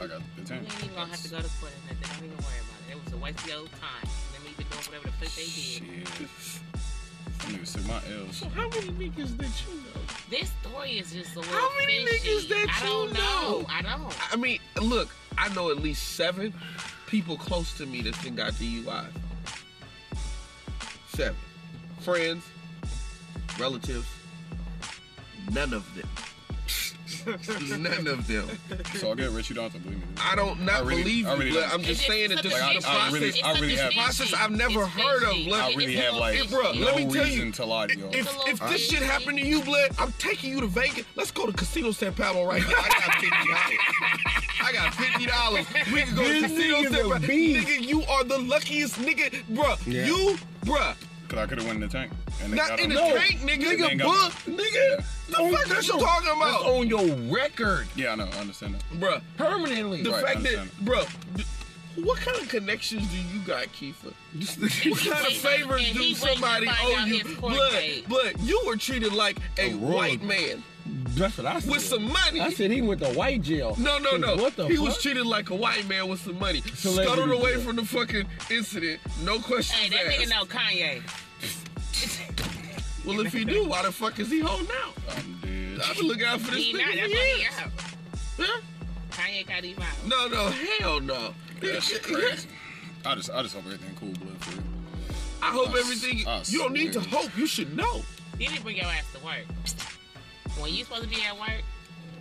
[SPEAKER 2] I got the
[SPEAKER 6] You
[SPEAKER 2] ten.
[SPEAKER 6] ain't even gonna have to go to court or nothing. Don't even worry about it. It was a waste of your time. Them even doing whatever the fuck they did.
[SPEAKER 2] Shit. Some niggas took my L's.
[SPEAKER 4] So how many niggas that you know?
[SPEAKER 6] This story is just a little
[SPEAKER 4] How many
[SPEAKER 6] fishy.
[SPEAKER 4] niggas that
[SPEAKER 6] I don't
[SPEAKER 4] you
[SPEAKER 6] know.
[SPEAKER 4] know?
[SPEAKER 6] I don't.
[SPEAKER 4] I mean, look, I know at least seven people close to me that think got DUI. Seven. Friends, relatives, none of them. none of them.
[SPEAKER 2] It's all good, Rich. You don't have to believe me.
[SPEAKER 4] I don't
[SPEAKER 2] I
[SPEAKER 4] not
[SPEAKER 2] really-
[SPEAKER 4] believe
[SPEAKER 2] I
[SPEAKER 4] you,
[SPEAKER 2] really
[SPEAKER 4] but
[SPEAKER 2] don't.
[SPEAKER 4] I'm just
[SPEAKER 6] It's
[SPEAKER 4] saying that
[SPEAKER 6] such
[SPEAKER 4] this
[SPEAKER 6] a
[SPEAKER 4] is
[SPEAKER 2] Like,
[SPEAKER 4] the
[SPEAKER 2] I- I
[SPEAKER 4] process.
[SPEAKER 2] really-
[SPEAKER 6] it's
[SPEAKER 2] I
[SPEAKER 6] such
[SPEAKER 2] really
[SPEAKER 6] a
[SPEAKER 2] have-
[SPEAKER 4] Process I've never
[SPEAKER 6] It's
[SPEAKER 4] heard of,
[SPEAKER 6] fishy.
[SPEAKER 4] look, I
[SPEAKER 6] It's
[SPEAKER 2] really
[SPEAKER 6] a
[SPEAKER 2] have,
[SPEAKER 6] little
[SPEAKER 2] like,
[SPEAKER 6] fishy.
[SPEAKER 4] bro,
[SPEAKER 2] No
[SPEAKER 4] let me tell you,
[SPEAKER 2] reason to lie to y'all.
[SPEAKER 4] If, if
[SPEAKER 6] I-
[SPEAKER 4] this shit happened to you, blood, I'm taking you to Vegas. Let's go to Casino San Pablo right now. I got fifty dollars. I got fifty dollars. We can go to
[SPEAKER 3] This
[SPEAKER 4] Casino
[SPEAKER 3] nigga's
[SPEAKER 4] San
[SPEAKER 3] a
[SPEAKER 4] Pablo.
[SPEAKER 3] beast.
[SPEAKER 4] Nigga, you are the luckiest nigga, bruh.
[SPEAKER 3] Yeah.
[SPEAKER 4] You, bruh,
[SPEAKER 2] Cause I could have won the tank. And they
[SPEAKER 4] not
[SPEAKER 2] got
[SPEAKER 4] in the
[SPEAKER 2] him.
[SPEAKER 4] tank, nigga.
[SPEAKER 2] They
[SPEAKER 4] Nigga,
[SPEAKER 2] ain't
[SPEAKER 4] book,
[SPEAKER 2] got-
[SPEAKER 4] nigga.
[SPEAKER 2] Yeah.
[SPEAKER 4] The fuck that you talking about,
[SPEAKER 3] That's on your record
[SPEAKER 2] Yeah, I know. I understand that.
[SPEAKER 4] bruh?
[SPEAKER 3] permanently.
[SPEAKER 4] The
[SPEAKER 2] Right,
[SPEAKER 4] fact that,
[SPEAKER 2] understand.
[SPEAKER 4] bruh. th- What kind of connections do you got, Kiefer? What kind of
[SPEAKER 6] waiting-
[SPEAKER 4] favors
[SPEAKER 6] and
[SPEAKER 4] do
[SPEAKER 6] he waiting to
[SPEAKER 4] somebody
[SPEAKER 6] find
[SPEAKER 4] owe
[SPEAKER 6] out
[SPEAKER 4] you?
[SPEAKER 6] his court
[SPEAKER 4] Blood,
[SPEAKER 6] date.
[SPEAKER 4] blood, you were treated like a,
[SPEAKER 3] A royal-
[SPEAKER 4] white man
[SPEAKER 3] That's what I said.
[SPEAKER 4] with some money.
[SPEAKER 3] I said he went to white jail.
[SPEAKER 4] No, no, no.
[SPEAKER 3] What the
[SPEAKER 4] he
[SPEAKER 3] fuck?
[SPEAKER 4] was treated like a white man with some money.
[SPEAKER 3] Celebrity
[SPEAKER 4] Scuttled away
[SPEAKER 3] deal.
[SPEAKER 4] from the fucking incident. No questions
[SPEAKER 6] Hey, that nigga
[SPEAKER 4] asked.
[SPEAKER 6] know Kanye.
[SPEAKER 4] Well, if he do, why the fuck is he holding out?
[SPEAKER 2] I'm dead.
[SPEAKER 4] I've been looking out for this
[SPEAKER 6] He
[SPEAKER 4] nigga
[SPEAKER 6] not.
[SPEAKER 4] for
[SPEAKER 6] That's why he
[SPEAKER 4] years.
[SPEAKER 6] out.
[SPEAKER 4] Huh?
[SPEAKER 6] Kanye got him out.
[SPEAKER 4] No, no, hell no.
[SPEAKER 2] That's crazy. I just, I just hope everything cool, blood. For real.
[SPEAKER 4] I hope
[SPEAKER 2] I s-
[SPEAKER 4] everything.
[SPEAKER 2] I
[SPEAKER 4] you don't need to
[SPEAKER 2] swear.
[SPEAKER 4] hope. You should know.
[SPEAKER 6] You didn't bring your ass to work. When you supposed to be at work,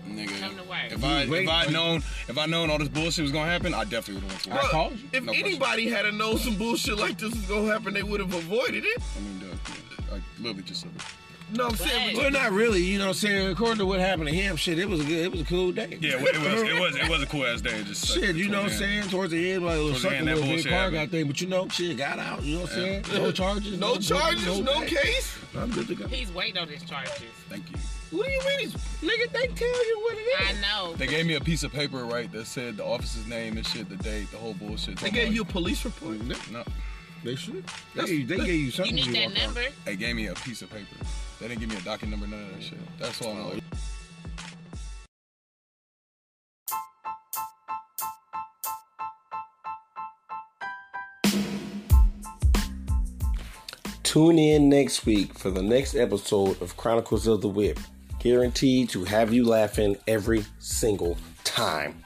[SPEAKER 2] Nigga,
[SPEAKER 6] Come to work.
[SPEAKER 2] if I
[SPEAKER 3] Wait,
[SPEAKER 2] if I
[SPEAKER 3] wait.
[SPEAKER 2] known if I known all this bullshit was gonna happen, I definitely would have went
[SPEAKER 3] I
[SPEAKER 2] for it.
[SPEAKER 3] called you.
[SPEAKER 4] If
[SPEAKER 2] No question.
[SPEAKER 4] anybody had a known some bullshit like this was gonna happen, they would have avoided it.
[SPEAKER 2] I mean, duh, I literally just said it.
[SPEAKER 4] No, I'm saying.
[SPEAKER 6] Right.
[SPEAKER 3] Well, not really. You know what I'm saying? According to what happened to him, shit, it was a good, it was a cool day.
[SPEAKER 2] Yeah, it was it was it was a cool ass day. Just
[SPEAKER 3] Shit, you know what I'm saying? Towards the end, like, it was
[SPEAKER 2] Towards the
[SPEAKER 3] something
[SPEAKER 2] end, that
[SPEAKER 3] with big
[SPEAKER 2] bullshit
[SPEAKER 3] car
[SPEAKER 2] happened.
[SPEAKER 3] got thing, but you know, shit got out. You know what I'm saying? No charges.
[SPEAKER 4] No charges, no
[SPEAKER 3] nothing.
[SPEAKER 4] case.
[SPEAKER 3] I'm good to go.
[SPEAKER 6] he's waiting on his charges.
[SPEAKER 2] Thank you.
[SPEAKER 4] What do you mean? He's,
[SPEAKER 3] Nigga, they tell you what it is.
[SPEAKER 6] I know.
[SPEAKER 2] They gave me a piece of paper, right, that said the officer's name and shit, the date, the whole bullshit.
[SPEAKER 4] they gave you a police report.
[SPEAKER 2] no.
[SPEAKER 3] They should. They, they gave you
[SPEAKER 6] You
[SPEAKER 3] something.
[SPEAKER 6] need that
[SPEAKER 3] walked out.
[SPEAKER 6] number.
[SPEAKER 2] They gave me a piece of paper. They didn't give me a docket number, none of that shit. That's all I know.
[SPEAKER 8] Tune in next week for the next episode of Chronicles of the Whip. Guaranteed to have you laughing every single time.